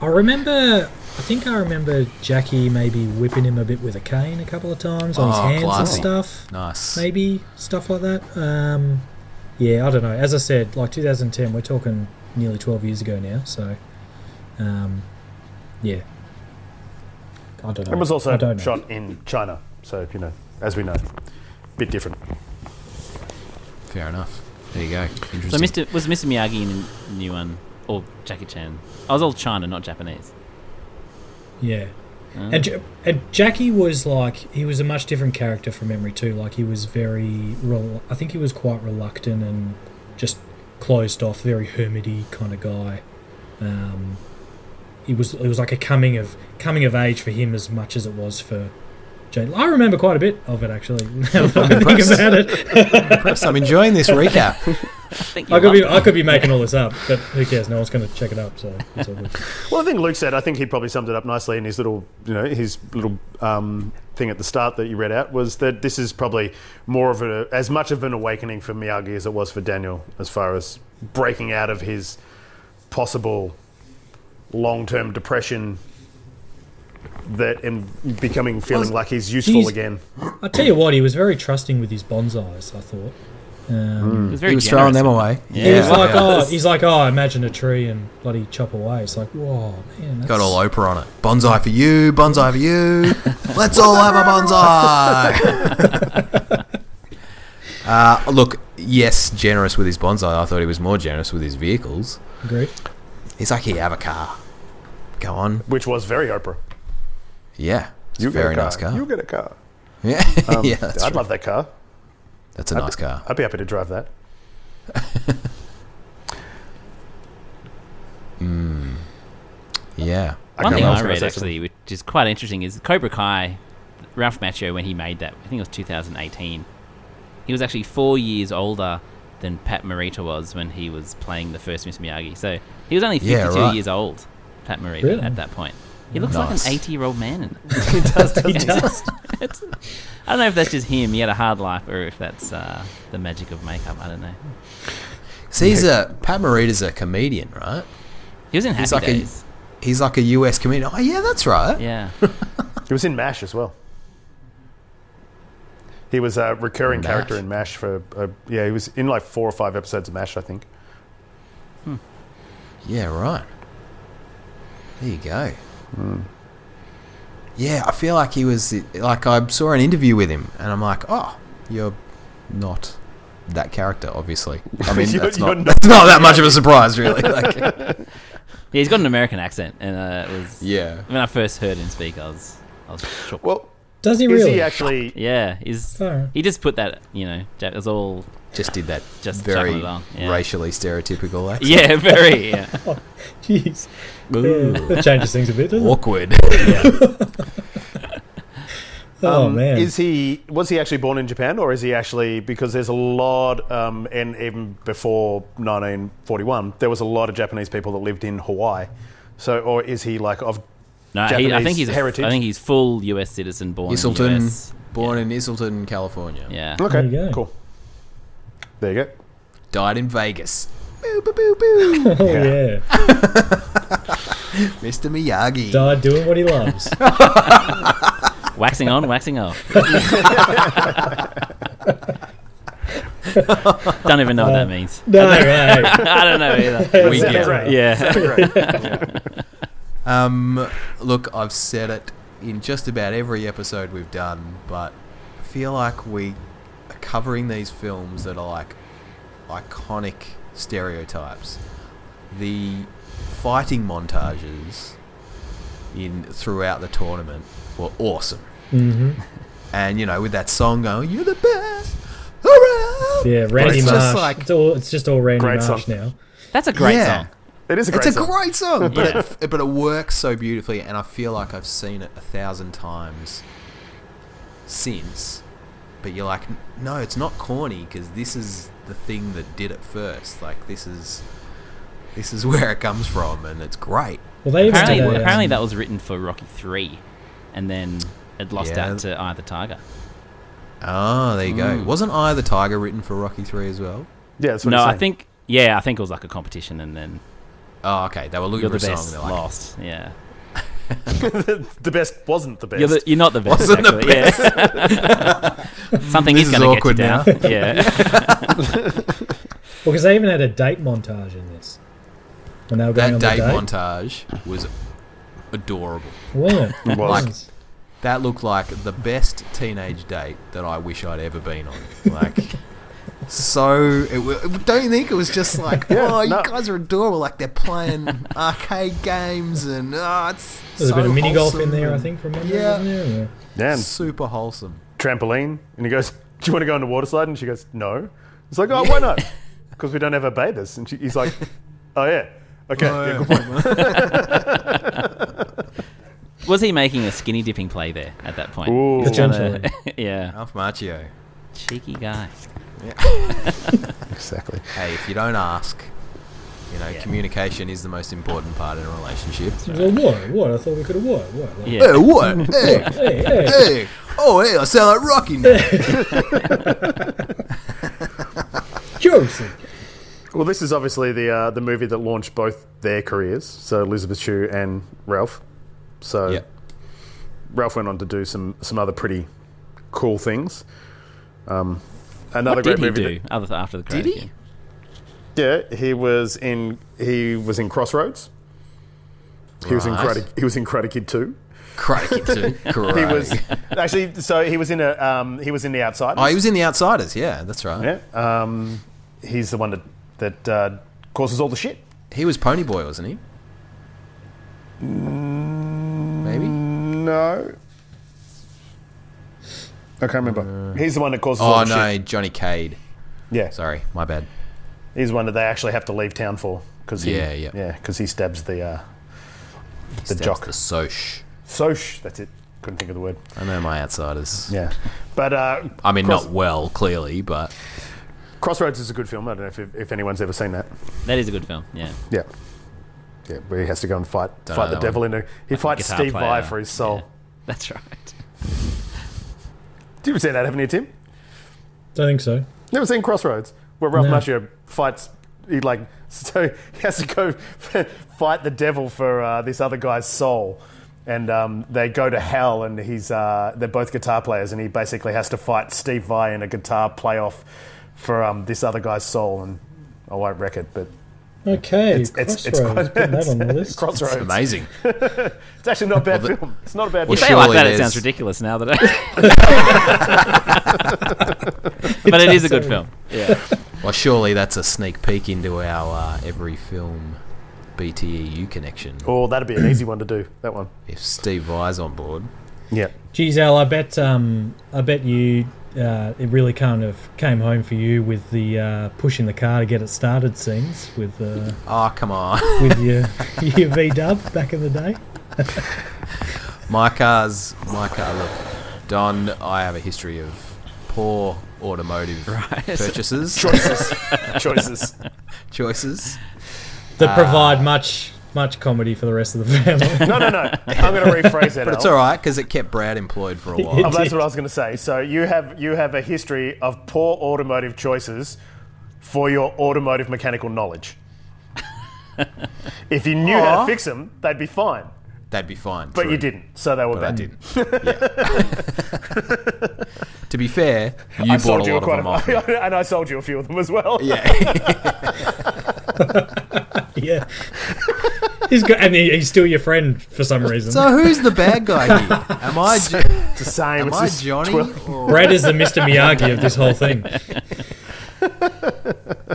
I remember. I think I remember Jackie maybe whipping him a bit with a cane a couple of times on
Oh,
his hands
classy.
and stuff.
Nice.
Maybe stuff like that. Um, yeah, I don't know. As I said, like 2010, we're talking nearly 12 years ago now. So, um, yeah. I don't know.
It was
I
also
don't know.
shot in China, so you know, as we know, bit different.
Fair enough. There you go. Interesting.
so. Mr. Was Mr. Miyagi in the new one or Jackie Chan? I was all China, not Japanese.
Yeah. And, Ja- and Jackie was like he was a much different character from memory too. Like he was very, rel- I think he was quite reluctant and just closed off, very hermity kind of guy. Um, it was it was like a coming of coming of age for him as much as it was for Jane. I remember quite a bit of it actually. <laughs> Now that I think
impressed.
about it,
Perhaps I'm enjoying
<laughs>
this recap.
I think you
I could be
loved
I could be making all this up, but who cares? No one's going to check it up, so it's all good.
Well, I think Luke said. I think he probably summed it up nicely in his little, you know, his little um, thing at the start that you read out was that this is probably more of a as much of an awakening for Miyagi as it was for Daniel, as far as breaking out of his possible long-term depression that and becoming feeling
Well,
like he's useful
he's-
again.
I tell you what, he was very trusting with his bonsais. I thought. Um,
It was very
He was throwing
generous.
them away. Yeah,
He was like,
yeah.
oh, he's like, oh, imagine a tree and bloody chop away. It's like, whoa, man. That's,
Got all Oprah on it. Bonsai for you, bonsai for you. Let's all have a bonsai. <laughs> uh, look, yes, generous with his bonsai. I thought he was more generous with his vehicles.
Agree.
He's like, here, have a car. Go on.
which was very Oprah.
Yeah. It's a
get
very
a car.
nice car.
You
<laughs>
get a car. Um,
Yeah, <laughs> yeah, that's,
I'd love that car.
that's a nice car.
I'd be happy to drive that.
Yeah.
One
can't remember,
thing
I
I
was gonna
read
say something.
actually, which is quite interesting, is Cobra Kai. Ralph Macchio, when he made that, I think it was 2018. He was actually four years older than Pat Morita was when he was playing the first Miss Miyagi. So he was only 52
Yeah, right.
years old, Pat Morita,
Really?
at that point. He looks
Nice.
like an 80 year old man. In it. <laughs>
He does.
It's- I don't know if that's just him. He had a hard life, or if that's uh, the magic of makeup. I don't know.
See, he's a, Pat Morita's a comedian, right?
He was in Happy
He's like a-
Days.
He's like a US comedian. Oh, yeah, that's right.
yeah.
He was in MASH as well. He was a recurring
MASH?
character in MASH for, uh, yeah, he was in like four or five episodes of MASH, I think.
Yeah, right. There you go.
Hmm.
Yeah, I feel like he was like I saw an interview with him, and I'm like, oh, you're not that character, obviously.
<laughs>
I mean,
You're-
that's
you're
not,
not-
that's not that much of a
<laughs>
surprise, really. Like,
Yeah, he's got an American accent, and uh, it was.
yeah,
When I first heard him speak, I was, I was shocked.
Well,
Does he
is
really?
he actually,
Yeah, he's <laughs>
Fair.
he just put that you know ja- it was all <laughs>
just did that
Just chucking
very
it on, yeah.
racially stereotypical accent.
yeah very yeah
Jeez. Yeah, that changes things a bit, doesn't it?
<laughs>
Awkward.
Oh,
um,
man.
is he, was he actually born in Japan or is he actually, because there's a lot, um, and even before 1941, there was a lot of Japanese people that lived in Hawaii. So, or is he like of,
no he, I
Japanese
think he's a-
heritage.
I think he's full U.S. citizen born in the
Iselton,
U.S.
born in Iselton, California.
yeah
okay,
There you go.
cool. There you go.
Died in Vegas. Boo, boo, boo, boo.
<laughs> oh, yeah.
Mr. Miyagi.
Died doing what he loves.
waxing on waxing off. don't even know what that means.
no, right.
<laughs> I don't know either.
we get it.
Yeah,
Um, look, I've said it in just about every episode we've done, but I feel like we are covering these films that are like iconic stereotypes. The fighting montages in throughout the tournament were awesome. Mm-hmm. And you know, with that song going, "You're the best." around."
Yeah,
But
Randy
it's
Marsh.
Just like,
it's, all, it's just all Randy
Great
Marsh
song.
now.
that's a great
Yeah.
song.
It is a great
it's a
song.
great song, but it, but it works so beautifully, and I feel like I've seen it a thousand times since. But you're like, no, it's not corny because this is the thing that did it first. Like this is, this is <laughs> where it comes from, and it's great.
Well, they even
Apparently,
did a, um,
apparently that was written for Rocky Three, and then it lost
Yeah.
out to Eye of the Tiger.
Oh, there you
Hmm.
go. Wasn't I the Tiger written for Rocky Three as well?
Yeah, that's what
No,
he's
I
saying.
think yeah, I think it was like a competition, and then
Oh, okay. They were looking
you're
for
the
a song.
best
and They're like,
lost. Yeah,
<laughs> the best wasn't the best.
You're, the, you're not the best.
Wasn't the
actually. Yeah. <laughs> Something
This
is
is
going to get you
awkward
down. Yeah.
Well, because they even had a date montage in this. When they were going
that
on the
date
date.
montage was adorable.
Wasn't it?
It was.
<laughs> Like- That looked like the best teenage date that I wish I'd ever been on. Like, so it wa don't you think it was just like, oh,
no.
you guys are adorable. Like they're playing arcade games and oh, it's
There's
so
a bit of mini golf in
wholesome
there, I
and
think, from memory.
Yeah.
wasn't there? Or-
Yeah, and
super wholesome.
trampoline. And he goes, Do you want to go on the water slide? And she goes, No. It's like, Oh, why <laughs> not? Because we don't have our bathers. And she, he's like, Oh, yeah. Okay. yeah, good point.
Was he making a skinny dipping play there at that point?
Ooh.
He's trying to-
Potentially.
<laughs> yeah.
Alf Macchio.
Cheeky guy.
Exactly.
Hey, if you don't ask, You know, communication is the most important part in a relationship.
Well, what? What? I thought we could have what? What? Like,
Yeah.
what? Hey,
Hey,
<laughs>
hey.
hey! Oh, hey! I sound like Rocky now.
Joseph.
Well, this is obviously the uh, the movie that launched both their careers, so Elizabeth Shue and Ralph. So
yeah.
Ralph went on to do some some other pretty cool things. Um, another
What
great
did he
movie.
do other th- after the Karate
he?
Kid?
That, yeah, he was in he was in Crossroads. He was in
Right.
Karate, he was in Karate Kid Two.
Crikey, too.
He
Crikey.
was
<laughs>
actually so he was in a um, he was in The Outsiders.
Oh, he was in The Outsiders. Yeah, that's right.
yeah, um, he's the one that that uh, causes all the shit.
He was Ponyboy, wasn't he?
Mm.
Maybe.
No. I can't remember. He's the one that causes
Oh
all the
no,
shit.
Johnny Cade.
Yeah.
Sorry, my bad.
He's the one that they actually have to leave town for because he
Yeah, yeah.
yeah, 'cause he stabs the uh, the
Stabs
jock.
The Soch.
Soch, that's it. Couldn't think of the word.
I know my Outsiders.
Yeah. But uh,
I mean,
Cross-
not well, clearly, but
Crossroads is a good film. I don't know if, if anyone's ever seen that.
That is a good film. Yeah.
Yeah. Yeah, where he has to go and fight
Don't
fight
know
the
that
devil in a he fights
guitar
Steve
player.
Vai for his soul.
That's right.
Do you ever see that, haven't you, Tim?
Don't think so.
Never seen Crossroads, where Ralph
No.
Macchio fights. He like <laughs> so he has to go <laughs> fight the devil for uh, this other guy's soul, and um, they go to hell. And he's uh, they're both guitar players, and he basically has to fight Steve Vai in a guitar playoff for um, this other guy's soul. And I won't wreck it, but
Okay,
it's it's, it's,
Crossroads. Put that
<laughs>
on the list.
Crossroads. It's,
amazing.
actually not a bad
Well, the-
film. It's not a bad
Well,
film.
Say it like
Surely
that, it
there's-
sounds ridiculous now that I. <laughs> but it is a good film. Yeah.
Well, surely that's a sneak peek into our uh, every film BTEU connection.
Oh, that'd be an easy one to do. That one.
If Steve Vai's on board,
Yeah.
Geez, Al, I bet um, I bet you uh, it really kind of came home for you with the uh, pushing the car to get it started scenes with uh,
oh come on, <laughs>
with your <laughs> your V Dub back in the day.
my car's my car. Look, Don, I have a history of poor automotive
<laughs>
purchases
Choices. Choices.
choices.
Ah.
That provide much much comedy for the rest of the <laughs> family.
No, no, no. I'm going to rephrase that.
But it's
Al.
all right because it kept Brad employed
<laughs>
for a
Oh,
while.
that's what I was going to say. So you have you have a history of poor automotive choices for your automotive mechanical knowledge. if you knew how
Aw.
to fix them, they'd be fine.
That'd be fine.
But
true.
you didn't, eh? so they were
But I
bad. <laughs>
didn't. Yeah. to be fair, you
I
bought
sold
a
you
lot of
quite
them off.
<laughs>
me.
a, and I sold you a few of them as well.
Yeah, <laughs>
yeah, he's got, and he, he's still your friend for some reason.
So who's the bad guy here?
<laughs>
Am I Jo-
It's <laughs> the same.
am
it's
I
just
Johnny?
twelve-
Or
Brad is the
<laughs>
Mr. Miyagi of this whole thing. Uh,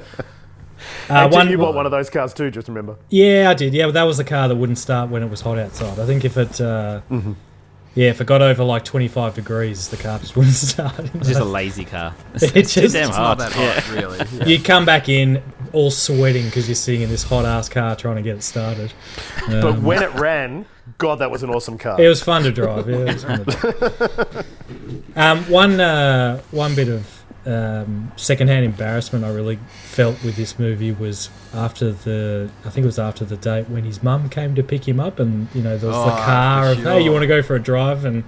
Uh,
Actually, you bought one of those cars too. Just remember.
Yeah, I did. Yeah, but that was the car that wouldn't start when it was hot outside. I think if it, uh,
Mm-hmm.
yeah, if it got over like twenty five degrees, the car just <laughs> wouldn't start.
It's just a lazy car. It's,
It's
too
just-
damn
it's
not
hard.
that hot, really. Yeah.
you come back in all sweating because you're sitting in this hot ass car trying to get it started.
But when it ran, God, that was an awesome car.
It was fun to drive. Yeah, it was fun to drive.
<laughs>
Um, one uh, one bit of um, secondhand embarrassment I really felt with this movie was after the I think it was after the date when his mum came to pick him up and you know there was
Oh,
the car
for
of hey you
sure.
want to go for a drive and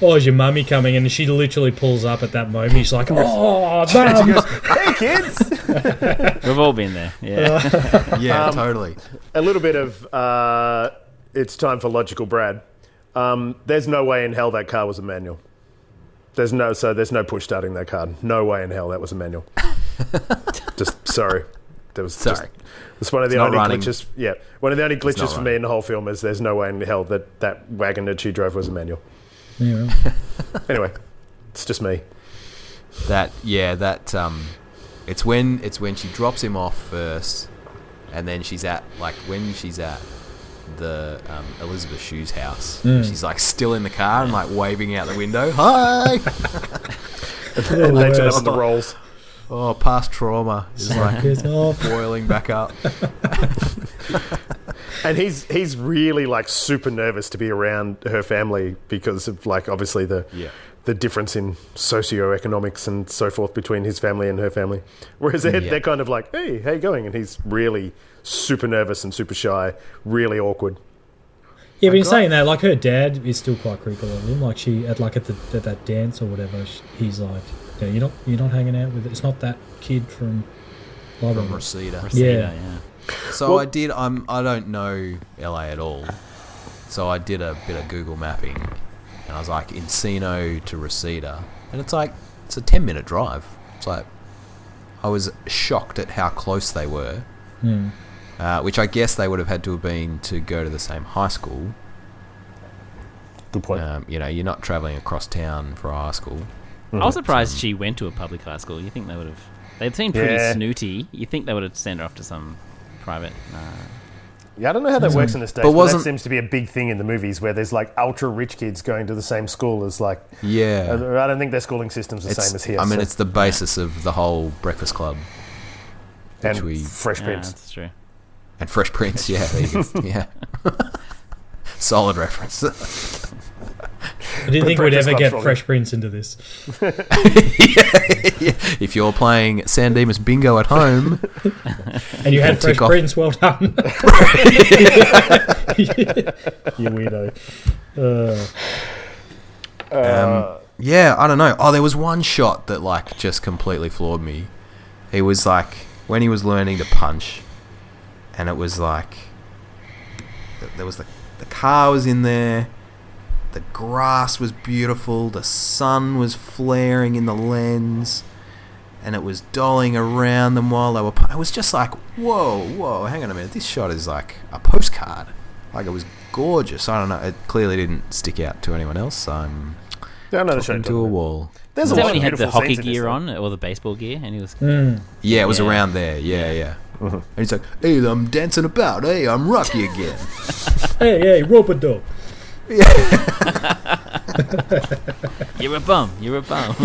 oh is your mummy coming and she literally pulls up at that moment she's like oh mum.
hey kids.
We've all been there. Yeah.
Yeah,
Um,
totally.
a little bit of uh, it's time for logical Brad. Um, there's no way in hell that car was a manual. There's no so there's no push starting that car. No way in hell that was a
<laughs>
manual. just sorry, there was just-
Sorry.
it's one of the
not
only
running.
glitches. Yeah, one of the only glitches
not
for me in the whole film is there's no way in hell that that wagon that she drove was a manual.
<laughs> Yeah.
Anyway, it's just me.
That yeah, that um, it's when it's when she drops him off first, and then she's at like when she's at the um, Elizabeth Shue's house. She's like still in the car and like waving out the window. Hi.
And they turn up on the rolls.
oh,
"Oh,
past trauma is like <laughs>
Piss off.
boiling back up.
and he's he's really like super nervous to be around her family because of like obviously the
Yeah.
the difference in socioeconomics and so forth between his family and her family. Whereas they're,
Yeah.
they're kind of like, hey, how you going? And he's really super nervous and super shy, really awkward.
Yeah, but in
God.
saying that, like her dad is still quite critical of him. Like she at like at, the, at that dance or whatever, sh- he's like, yeah, you're not you're not hanging out with. It's not that kid from. Blah, blah,
from
blah.
Reseda.
Reseda,
Yeah.
yeah.
So I did. I'm. I don't know LA at all. So I did a bit of Google mapping, and I was like Encino to Reseda, and it's like it's a ten minute drive. It's like I was shocked at how close they were,
Hmm.
uh, which I guess they would have had to have been to go to the same high school.
Good point.
Um, you know, you're not traveling across town for a high school.
I was surprised she went to a public high school. You think they would have? They seemed pretty
um, Yeah.
snooty. You think they would have sent her off to some private? Uh,
Yeah, I don't know how that works in the states,
Mm-hmm. But
but, that
wasn't-
seems to be a big thing in the movies where there's like ultra rich kids going to the same school as like.
Yeah,
I don't think their schooling system's the
It's-
same as here.
I mean,
so-
it's the basis of the whole Breakfast Club
and
which we-
Fresh
yeah,
Prince.
that's true.
and Fresh Prince. Yeah, there you go. yeah. <laughs> Solid reference. <laughs>
I didn't think we'd
Breakfast
ever
Club's
get
wrong.
Fresh Prince into this.
if you're playing San Dimas Bingo at home,
And you had
tick
Fresh
off-
Prince, well
<laughs>
done. <laughs> you weirdo. Uh,
yeah, I don't know. Oh, there was one shot that like just completely floored me. It was like when he was learning to punch, and it was like th- there was the the car was in there, the grass was beautiful, the sun was flaring in the lens. And it was dolling around them while they were. Pu- it was just like, whoa, whoa, hang on a minute. This shot is like a postcard. Like it was gorgeous. I don't know. It clearly didn't stick out to anyone else. So I'm
No, no, the show.
into a wall.
There's
Is
a
that
lot
when
of
he had the
beautiful
hockey
scenes in this
gear
thing.
on or the baseball gear, and he was
Yeah, it was
Yeah.
around there. Yeah, yeah.
<laughs>
And he's like, "Hey, I'm dancing about. Hey, I'm Rocky again."
hey, hey, Robert Dog.
"You're a bum. You're
<laughs>
a bum."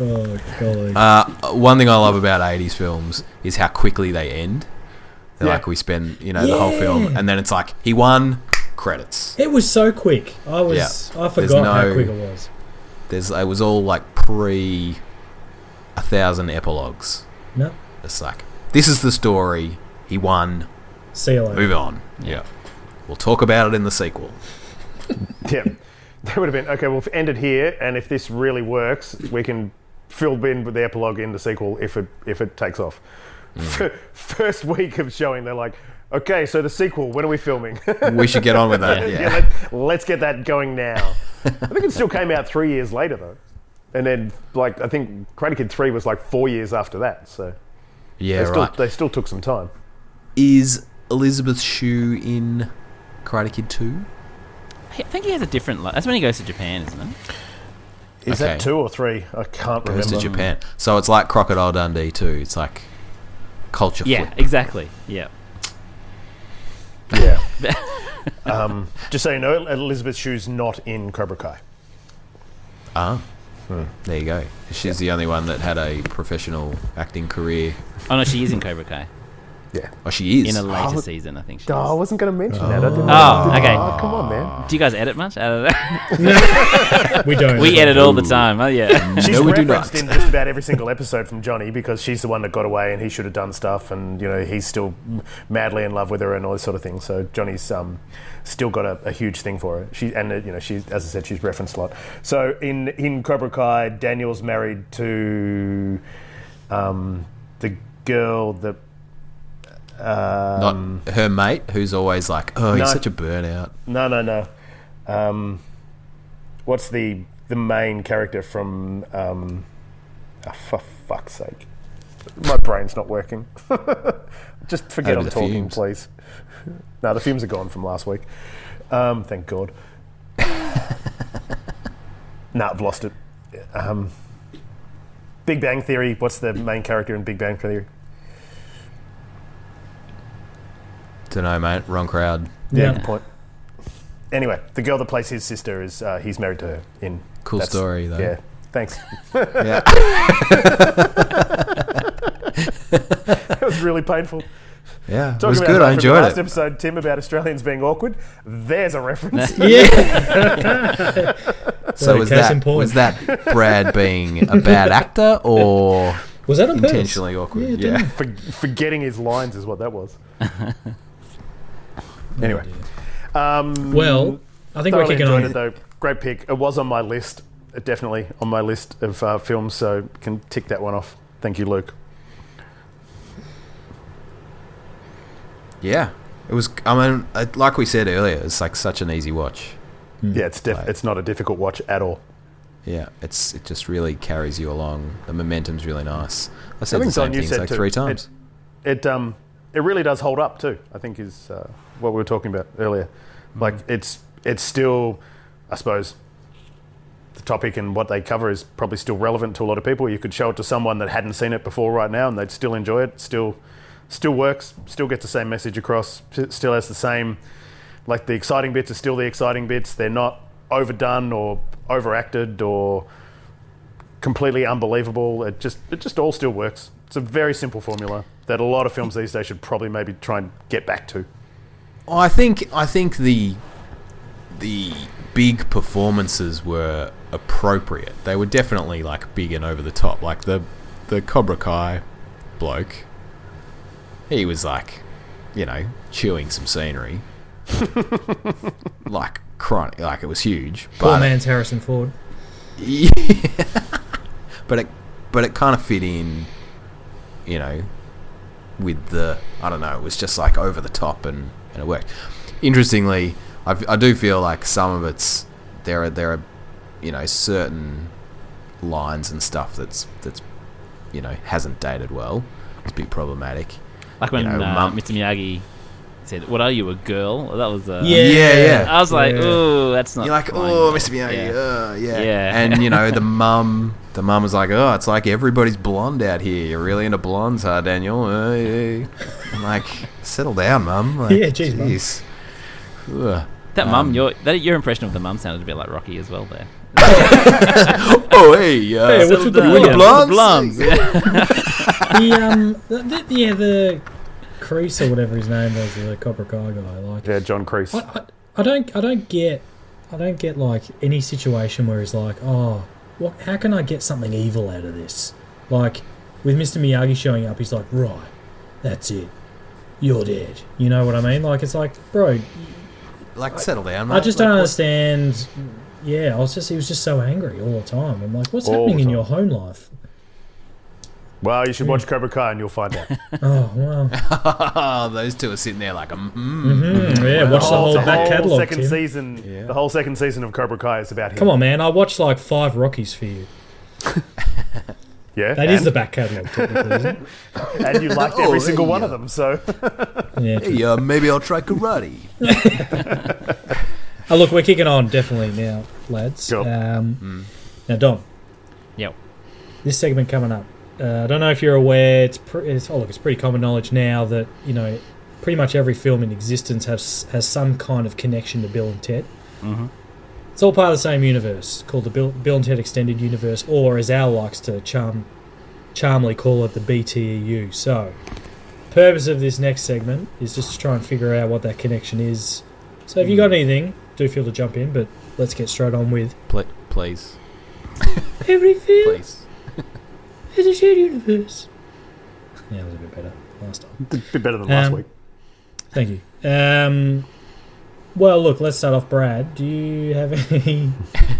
Oh, golly.
<laughs> uh, one thing I love about '80s films is how quickly they end. They're
Yeah.
Like we spend, you know, the whole film, and then it's like he won credits.
it was so quick. I was.
yeah.
I
There's
forgot how
no-
quick it was.
There's it was all like pre a thousand epilogues.
No,
It's like this is the story. He won.
see you later.
Move on. Yeah. We'll talk about it in the sequel.
Yeah. They would have been, okay, we'll end it here, and if this really works, we can fill in with the epilogue in the sequel if it, if it takes off. Mm. <laughs> First week of showing, they're like, okay, so the sequel, when are we filming? <laughs>
We should get on with that.
yeah.
yeah.
let, let's get that going now. I think it still came out three years later though, and then like I think Karate Kid Three was like four years after that. So
Yeah,
they still
right.
they still took some time.
Is Elizabeth Shue in Karate Kid 2?
I think he has a different. Li- that's when he goes to Japan, isn't it?
Is
Okay.
that two or three? I can't
Goes to
remember.
Japan. So it's like Crocodile Dundee too. It's like culture
Yeah,
flip.
exactly. Yeah.
Yeah. <laughs> um, just so you know, Elizabeth Shue's not in Cobra Kai.
Ah.
Hmm.
There you go. She's the only one that had a professional acting career.
Oh no, she is in
<laughs>
Cobra Kai
Oh, she is.
in a later
Oh.
season, I think. She
Oh, I
is.
wasn't going to mention that. I didn't
Oh, okay.
come on, man.
Do you guys edit much? I
<laughs>
don't know.
We don't.
we edit all the time.
<laughs>
Oh yeah.
She's
No, we do
referenced
not.
in just about every single episode from Johnny because she's the one that got away and he should have done stuff and you know he's still madly in love with her and all this sort of thing. So Johnny's um, still got a, a huge thing for her. She and uh, you know she as I said she's referenced a lot. So in in Cobra Kai, Daniel's married to um, the girl that
Not
um,
her mate, who's always like, oh, he's
No.
such a burnout.
no no no. Um, what's the the main character from? Um, oh, for fuck's sake, my brain's not working. <laughs> Just forget
Over
I'm
the
talking,
fumes.
please. <laughs> No, the fumes are gone from last week. Um, thank
<laughs>
God. nah, I've lost it. Um, Big Bang Theory. What's the main character in Big Bang Theory?
Don't know, mate. Wrong crowd.
Yeah,
Yeah.
good point. Anyway, the girl that plays his sister is uh, he's married to her in
Cool
that's-
story, though.
Yeah,
<laughs>
Thanks.
Yeah.
<laughs> that was really painful.
Yeah, it
Talking
was
about
good.
that
I
from
enjoyed
the last
it.
episode, Tim, about Australians being awkward. There's a reference.
<laughs>
Yeah.
So
Right,
was
case
that
in point.
was that Brad being a bad actor
<laughs>
or
Was that on purpose?
intentionally awkward?
Yeah,
Yeah,
didn't-
For, forgetting his lines is what that
<laughs>
was. anyway. Um,
Well, I think we're
thoroughly
kicking
enjoyed
on.
it, though. Great pick. It was on my list, uh, definitely on my list of uh, films, so can tick that one off. Thank you, Luke.
yeah. It was. I mean, uh, like we said earlier, it's like such an easy watch. Hmm.
Yeah, it's def- it's not a difficult watch at all.
Yeah, it's it just really carries you along. The momentum's really nice. I
I
said
think
the same
Don, you
things
said
like
too.
three
It-
times.
It um it really does hold up too. I think is uh, what we were talking about earlier. Like it's it's still, I suppose, the topic and what they cover is probably still relevant to a lot of people. You could show it to someone that hadn't seen it before right now, and they'd still enjoy it. Still, still works. Still gets the same message across. s- Still has the same, like the exciting bits are still the exciting bits. They're not overdone or overacted or completely unbelievable. It just it just all still works. It's a very simple formula that a lot of films these days should probably maybe try and get back to.
I think I think the the big performances were appropriate. They were definitely like big and over the top. Like the the Cobra Kai bloke, he was like, you know, chewing some <laughs> scenery, like chronic, like it was huge.
Poor
But
man's Harrison Ford.
but it but it kind of fit in, you know, with the I don't know. It was just like over the top and, and it worked. Interestingly, I, I do feel like some of it's there are there are you know certain lines and stuff that's that's you know hasn't dated well. It's a bit problematic.
Like when
You know,
uh,
mum-
Mr. Miyagi said, "What are you, a girl?" That was uh,
Yeah.
Yeah, yeah.
I was like,
Yeah.
"Ooh, that's not."
You're like,
mine."
oh, Mr. Miyagi, yeah. Uh, yeah.
Yeah.
And you know, the mum, the mum was like, oh, it's like everybody's blonde out here. You're really into blondes, huh, Daniel? Uh, yeah. I'm like, settle down, mum. Like,
Yeah, geez, Mum.
jeez. Ugh.
That
Um,
mum, your that your impression of the mum sounded a bit like Rocky as well. There,
Oh, hey, uh,
Hey, what's
settle
with the
down. You into
blondes?
blondes?
Blondes,
the um, the, the, yeah, the crease or whatever his name was, the Cobra Kai guy. Like,
Yeah, John Creese.
I, I, I don't, I don't get, I don't get like any situation where he's like, oh, what? How can I get something evil out of this? Like, with Mr. Miyagi showing up, he's like, right, that's it, you're dead. You know what I mean? Like, it's like, bro,
<laughs> Like, settle down, mate.
I just
<laughs> Like,
don't
what-
understand. Yeah, I was just, he was just so angry all the time. I'm like, what's
All
happening
the
in
time.
your home life?
Well, you should watch Cobra Kai and you'll
<laughs>
find out.
Oh
<laughs>
wow,
Oh, Those two are sitting there like, mm
Hmm, yeah, watch the whole
the
back
whole
catalogue.
second
Tim.
season, the whole second season of Cobra Kai is about him.
Come on, man. I watched like five Rockies for you.
yeah,
That
and,
is the back catalogue, technically, isn't
<laughs>
it?
and
<laughs>
you liked every
Oh,
single one
yeah.
of them. <laughs> So
Yeah. true.
hey, uh, maybe I'll try karate.
Oh, look, we're kicking on definitely now, lads.
Cool.
Um,
Mm.
Now, Dom,
yep.
this segment coming up. Uh, I don't know if you're aware. It's, pre- it's oh look, it's pretty common knowledge now that you know pretty much every film in existence has has some kind of connection to Bill and Ted. Mm-hmm. It's all part of the same universe called the Bill, Bill and Ted Extended Universe, or as Al likes to charm charmly call it, the BTEU. So, purpose of this next segment is just to try and figure out what that connection is. So, if you got anything, do feel to jump in, but let's get straight on with
Pl- please,
every film.
please.
It's a shared universe. Yeah, it was a bit better last time.
a bit better than last
Um,
week.
Thank you. Um, well, look, let's start off. Brad, do you have <laughs> any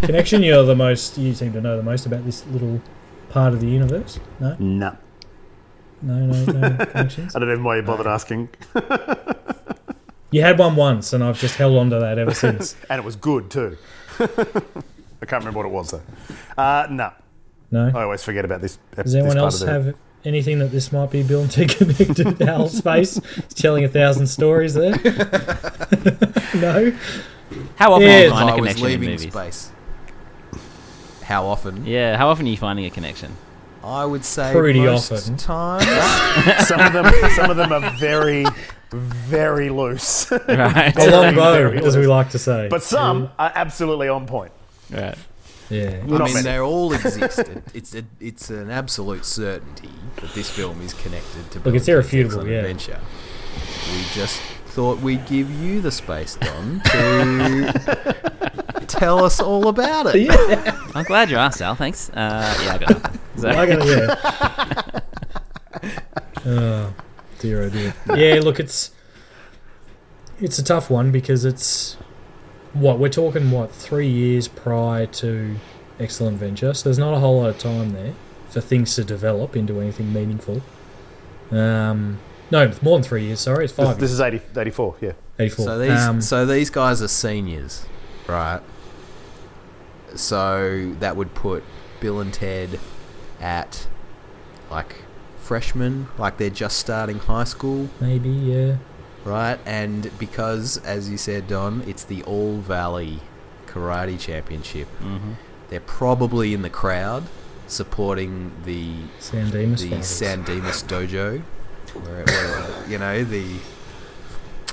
connection? You're the most. You seem to know the most about this little part of the universe. No,
No,
no, no,
<laughs>
no connections.
I don't even why you bothered asking.
You had one once, and I've just held on to that ever since.
And it was good too. <laughs> I can't remember what it was though. Uh, no, I
No.
always forget about this.
Does anyone else have anything that this might be Bill and <laughs> Ted connected? Al's face is telling a thousand stories there. <laughs> no.
How often
Yeah,
are you
if
find a
I was
connection in
leaving
movies?
space. How often?
Yeah, how often are you finding
<laughs>
a connection?
I would say
Pretty
most
often.
times.
some of them some of them are very very loose <laughs>
Right.
A long bow,
Very
as we like to say.
but some are absolutely on point
right.
Yeah.
I
Not
mean,
many.
they all exist. It- it's a, it's an absolute certainty that this film is connected to.
Look, it's
Bill and Ted's
irrefutable,
Excellent
yeah.
Adventure. We just thought we'd give you the space, Don, to
<laughs>
tell us all about it.
<laughs> I'm glad you asked, Al. Thanks. Uh, yeah, I got nothing. So- <laughs>
I got yeah. <laughs> oh, dear, oh dear. Yeah, look, it's it's a tough one because it's what we're talking. What three years prior to Excellent Venture, so there's not a whole lot of time there for things to develop into anything meaningful. Um, no, it's more than three years. Sorry, it's
This,
five.
this
years,
is 80, 84, yeah.
Eighty-four.
So these
Um,
so these guys are seniors, right? So that would put Bill and Ted at like freshmen, like they're just starting high school,
maybe yeah.
right? And because, as you said, Don, it's the All Valley Karate Championship,
Mm-hmm.
they're probably in the crowd supporting the
San Dimas.
the
Fathers.
San Dimas Dojo, where, where, you know the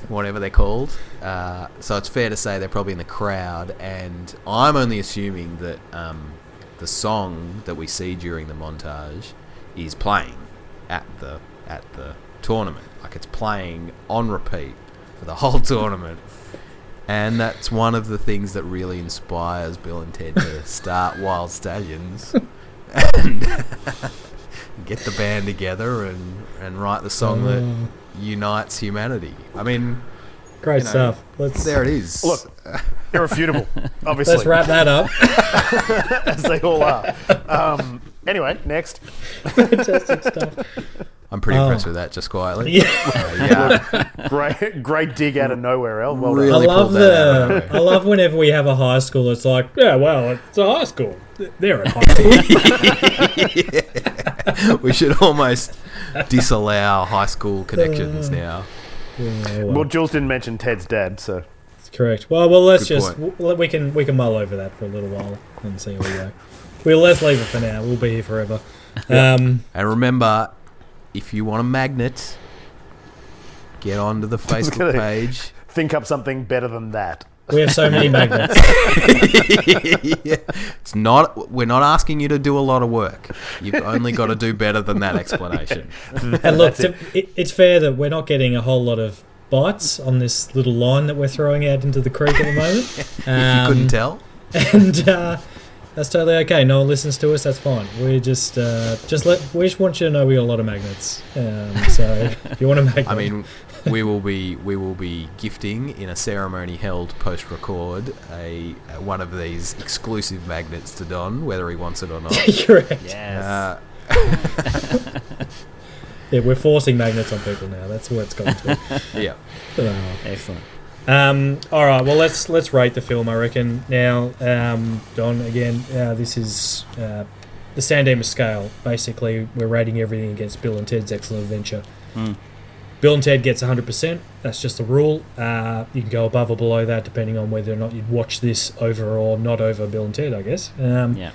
whatever they're called. Uh, so it's fair to say they're probably in the crowd, and I'm only assuming that um, the song that we see during the montage is playing at the at the tournament, like it's playing on repeat for the whole <laughs> tournament. And that's one of the things that really inspires Bill and Ted to start Wild Stallions <laughs> get the band together and, and write the song that unites humanity. I mean,
Great
you know,
stuff. Let's
there it is.
<laughs>
Look, irrefutable, obviously.
let's wrap that up. <laughs>
As they all are. Um, anyway, next.
Fantastic stuff.
I'm pretty
oh.
impressed with that, just quietly.
Yeah.
Uh, <laughs> yeah.
Great great dig out of nowhere, El. Well
Really?
I
done.
love
pulled that out of
the. I love whenever we have a high school. It's like, yeah, well, it's a high school. They're at high
<laughs>
school.
we should almost disallow high school connections now.
Yeah, well,
Well, Jules didn't mention Ted's dad, so.
that's correct. Well, well, let's
Good
just
point.
w- we can we can mull over that for a little while and see where we go. Well, let's leave it for now. We'll be here forever. Um,
And remember, if you want a magnet, get onto the
gonna-
Facebook page.
Think up something better than that.
we have
<laughs>
so many magnets.
Yeah. <laughs> It's not. We're not asking you to do a lot of work. You've only got to do better than that explanation.
And look, to, it, it's fair that we're not getting a whole lot of bites on this little line that we're throwing out into the creek at the moment.
If <laughs> you
Um,
couldn't tell.
and uh, that's totally okay. No one listens to us. That's fine. We just uh, just let we just want you to know we got a lot of magnets. Um, so if you want a magnet,
<laughs> I
<laughs>
mean, we will be we will be gifting in a ceremony held post record a uh, one of these exclusive magnets to Don, whether he wants it or not.
correct. Yeah.
Uh,
yes.
we're forcing magnets on people now. That's where it's gone to.
yeah, <laughs>
Oh.
Excellent.
Um, all right. Well, let's let's rate the film. I reckon now. Um, Don, again, uh, this is uh, the San Dimas scale. Basically, we're rating everything against Bill and Ted's Excellent Adventure. Bill and Ted gets 100%. That's just the rule. Uh, you can go above or below that depending on whether or not you'd watch this over or not over Bill and Ted, I guess. Um,
Yeah.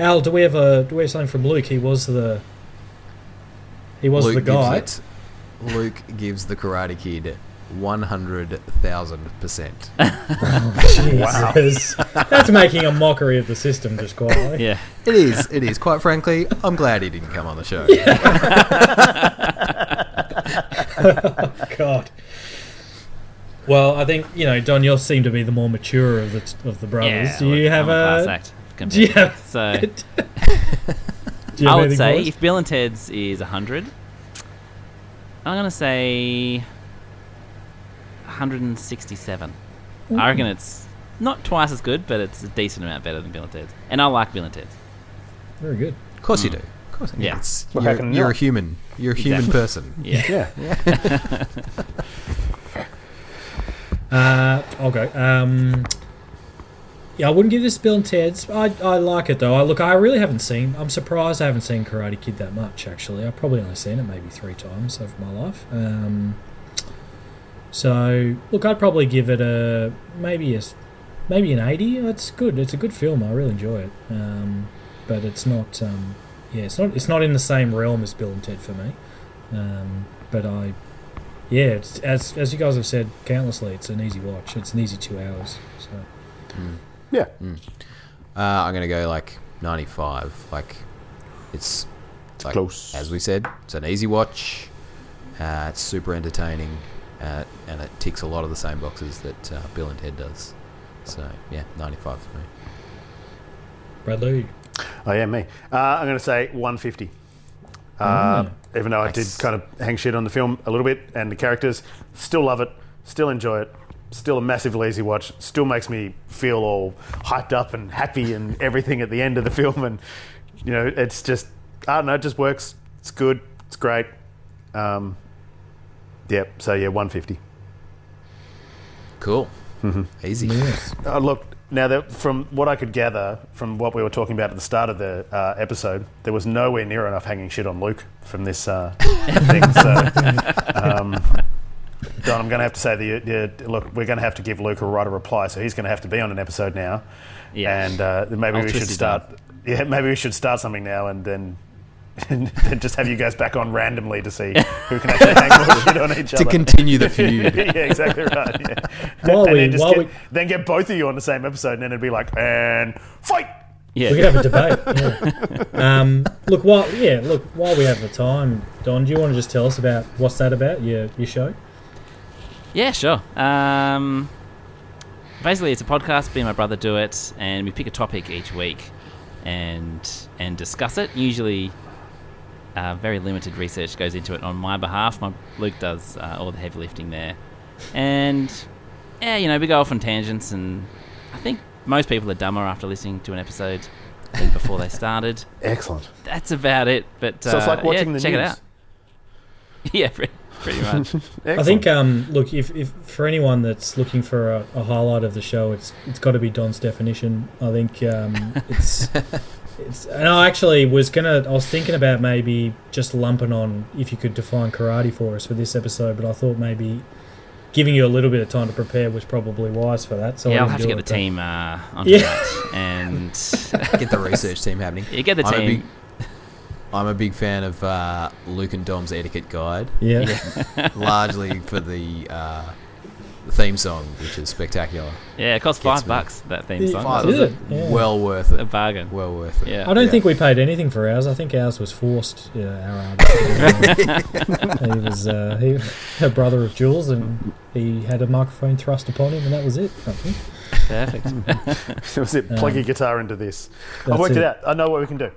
Al, do we have a do we have something from Luke? He was the he was the guy. <laughs>
Gives it, Luke gives the Karate Kid one hundred thousand percent.
Jesus, <laughs> that's making a mockery of the system, just quietly.
Yeah.
It is. It is. Quite frankly, I'm glad he didn't come on the show.
God. Well, I think you know, Don. You seem to be the more mature of the of the brothers.
yeah
do you
look,
have
I'm a,
<laughs>
class
a?
act compared
<laughs> do you
to
have-
that. So
do you
I
have
would
anything
say
for us?
if Bill and Ted's is 100, I'm going to say 167. I reckon it's not twice as good, but it's a decent amount better than Bill and Ted's. And I like Bill and Ted's.
very good.
Of course
Hmm.
you do. Of course. I do.
Yeah.
It's-
Well, how
you're,
can you
you're a
not?
human. You're a human
Exactly.
person.
Yeah.
Yeah.
Uh, I'll go. Um, yeah, I wouldn't give this Bill and Ted's. I, I like it though. I look, I really haven't seen. I'm surprised I haven't seen Karate Kid that much. Actually, I've probably only seen it maybe three times over my life. Um, so look, I'd probably give it a maybe a s- maybe an eighty. It's good. It's a good film. I really enjoy it. Um, but it's not. Um, yeah, it's not. It's not in the same realm as Bill and Ted for me. Um, but I yeah, it's, as as you guys have said countlessly, it's an easy watch. It's an easy two hours. So
Yeah.
Uh, I'm gonna go like 95. Like, it's, it's like,
close.
As we said, it's an easy watch. Uh, it's super entertaining, uh, and it ticks a lot of the same boxes that uh, Bill and Ted does. So yeah, 95 for me.
Bradley.
Oh yeah, me. Uh, I'm going to say 150. Uh, Even though
Nice.
I did kind of hang shit on the film a little bit and the characters, still love it, still enjoy it, still a massively easy watch. Still makes me feel all hyped up and happy and <laughs> everything at the end of the film. And you know, it's just I don't know, it just works. It's good. It's great. Um, yep. So yeah, 150.
Cool. Easy.
<laughs> Uh, look, now that from what I could gather from what we were talking about at the start of the uh, episode, there was nowhere near enough hanging shit on Luke from this
<laughs>
uh, thing. So, um, Don, I'm going to have to say that you, you, look, we're going to have to give Luke a right of reply, so he's going to have to be on an episode now.
Yeah.
and uh, maybe
I'll
we should
twist his
start. Yeah, maybe we should start something now, and then. <laughs> And then just have you guys back on randomly to see who can
<laughs>
actually hang more shit on each
To
other.
continue the
<laughs>
feud.
yeah, exactly right. Yeah.
While
and
we-
then, just
while
get,
we-
then get both of you on the same episode, and then it'd be like, and fight.
Yeah.
We could have a debate.
<laughs>
yeah. um, look, while yeah, look while we have the time, Don, do you want to just tell us about what's that about your your show?
Yeah, sure. Um, basically, it's a podcast. Me and my brother do it, and we pick a topic each week, and and discuss it. Usually, uh, very limited research goes into it on my behalf. My Luke does uh, all the heavy lifting there, and yeah, you know, we go off on tangents, and I think most people are dumber after listening to an episode than before they started.
<laughs> Excellent.
That's about it. But uh,
So it's like watching
yeah,
the
check
news.
it out. <laughs> yeah, pretty, pretty much.
I think um, look if, if for anyone that's looking for a, a highlight of the show, it's it's got to be Don's definition. I think
<laughs>
um, it's it's and I actually was gonna I was thinking about maybe just lumping on if you could define karate for us for this episode, but I thought maybe giving you a little bit of time to prepare was probably wise for that. So I
Yeah, I'll
didn't
have to
do
get
it,
the
but-
team uh, onto
Yeah.
that and
<laughs> Get the research team happening.
yeah,
<laughs>
get the
I'm a big-
team.
I'm a big fan of uh, Luke and Dom's etiquette
<laughs>
guide,
Yeah.
largely for the uh, theme song, which is spectacular.
Yeah, it costs
Gets
five
me.
bucks that theme
Yeah.
song.
Five
It
It
was
was
Is it? Yeah.
Well worth
a
it.
bargain.
Well worth it.
I
Yeah,
don't
Yeah.
think we paid anything for ours. I think ours was forced. Yeah,
<laughs>
our artist. he was uh, he, a brother of Jules, and he had a microphone thrust upon him, and that was it. I think.
perfect.
that was <laughs> it. Plug your guitar into this. I've
Um, That's
worked it.
it.
out. I know what we can do.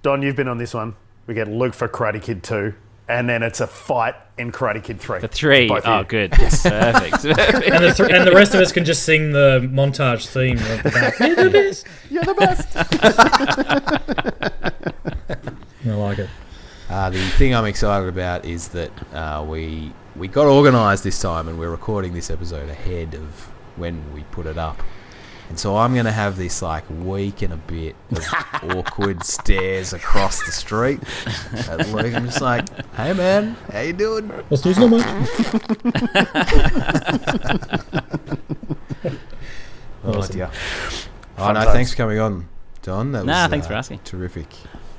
Don, you've been on this one. We get Luke for Karate Kid two, and then it's a fight in Karate Kid three.
The three.
<laughs> Both of
Oh,
you.
good. <laughs> Perfect.
And the, th- and the rest of us can just sing the montage theme. At the
<laughs>
back. You're the best.
You're the best.
I like it.
Uh, the thing I'm excited about is that uh, we we got organised this time, and we're recording this episode ahead of when we put it up. And so I'm going to have this like week and a bit
<laughs>
of awkward stares across the street at Luke. I'm just like, "Hey man, how you doing?"
What's news, no more?
Oh
Awesome.
dear. Oh
Fun
no,
times.
thanks for coming on, Don. That was
Nah, thanks
uh,
for asking.
Terrific.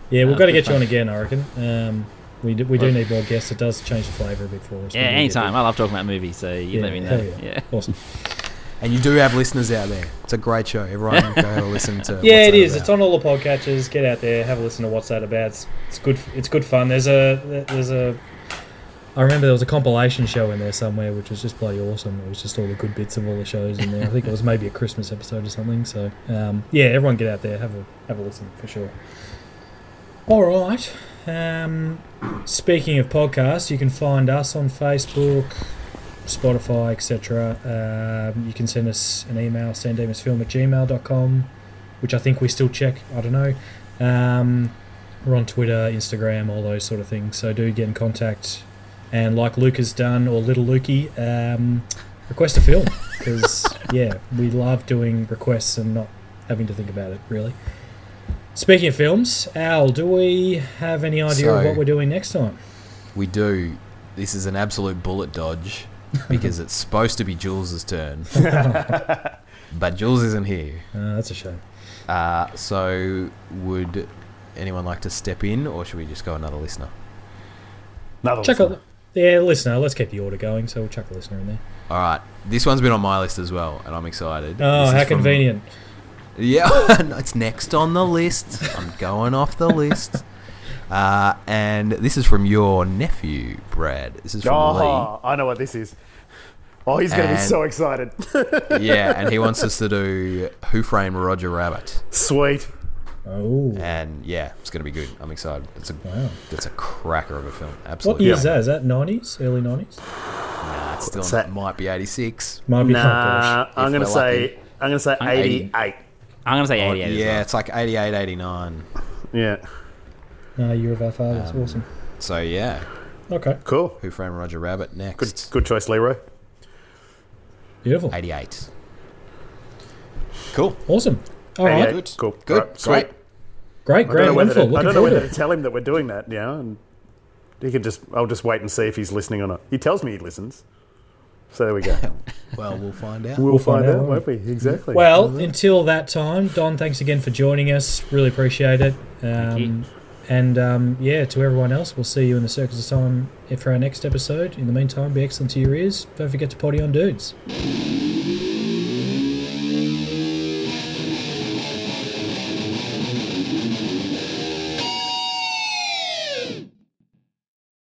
Yeah, we've
Uh,
got to
good
get you
fun.
on again. I reckon. Um, we do, we do need more guests. It does change the flavour a bit for us.
yeah,
We do get
anytime.
it.
I love talking about movies, so you
Yeah,
let me know.
hell
Yeah.
Awesome.
And you do have listeners out there. It's a great show. Everyone go have a listen to.
Yeah,
what's
it
that
is.
about.
It's on all the podcatchers. Get out there, have a listen to what's that about. It's, it's good. It's good fun. There's a there's a. I remember there was a compilation show in there somewhere, which was just bloody awesome. It was just all the good bits of all the shows in there. I think it was maybe a Christmas episode or something. So um, yeah, everyone get out there, have a have a listen for sure. All right. Um, speaking of podcasts, you can find us on Facebook, Spotify, etc. Um, you can send us an email, sandemusfilm at gmail.com which I think we still check. I don't know. Um, we're on Twitter, Instagram, all those sort of things. So do get in contact. And like Luke has done, or Little Lukey, um, request a film. Because, yeah, we love doing requests and not having to think about it, really. Speaking of films, Al, do we have any idea of
So-
what we're doing next time?
We do. This is an absolute bullet
<laughs>
dodge because it's supposed to be Jules' turn, <laughs> but Jules isn't here.
Uh, that's a shame.
Uh, so, would anyone like to step in, or should we just go another listener?
Another
Chuck
listener.
a, yeah, listener. Let's keep the order going, so we'll chuck a listener in there.
All right, this one's been on my list as well, and I'm excited.
Oh,
This is
how
from-
convenient.
<laughs> Yeah, <laughs> it's next on the list. I'm going off the list. Uh, and this is from your nephew, Brad. This is from
Oh, I know what this is. Oh, he's going to be
And-
so excited.
Lee. Yeah, and he wants us to do Who Framed Roger Rabbit.
Sweet.
Oh.
And yeah, it's going to be good. I'm excited. It's a
Wow.
it's a cracker of a film.
What
Absolutely.
year is that? Is that 90s? Early 90s?
Nah, it's still
What's that?
might be 86.
Might be
Nah,
nah.
I'm going
If
to
we're
say
lucky.
I'm going to say
I'm
88.
I'm gonna say 88.
yeah, it's like 88, 89.
Yeah.
Nah, Year of Our Fathers. awesome.
So yeah,
Okay.
Cool.
Who Framed Roger Rabbit
Good,
next?
good choice, Leroy.
Beautiful.
88. Cool.
Awesome. All right.
88.
Good.
Cool.
Good.
Alright, sweet.
Great.
I don't
Great.
know
Graham
whether,
Winfield.
to, I
Looking
don't know
forward to
whether to
it.
tell him that we're doing that now, and he can just. I'll just wait and see if he's listening or not. He tells me he listens, so there
<laughs>
we go.
Well, we'll find out.
We'll,
find
find,
out,
out,
won't
won't we? Exactly.
Well, until that time, Don, thanks again for joining us. Really appreciate it. Um,
you.
and um, yeah, to everyone else, we'll see you in the circus of time for our next episode. In the meantime, be excellent to your ears. Don't forget to potty on dudes.
We're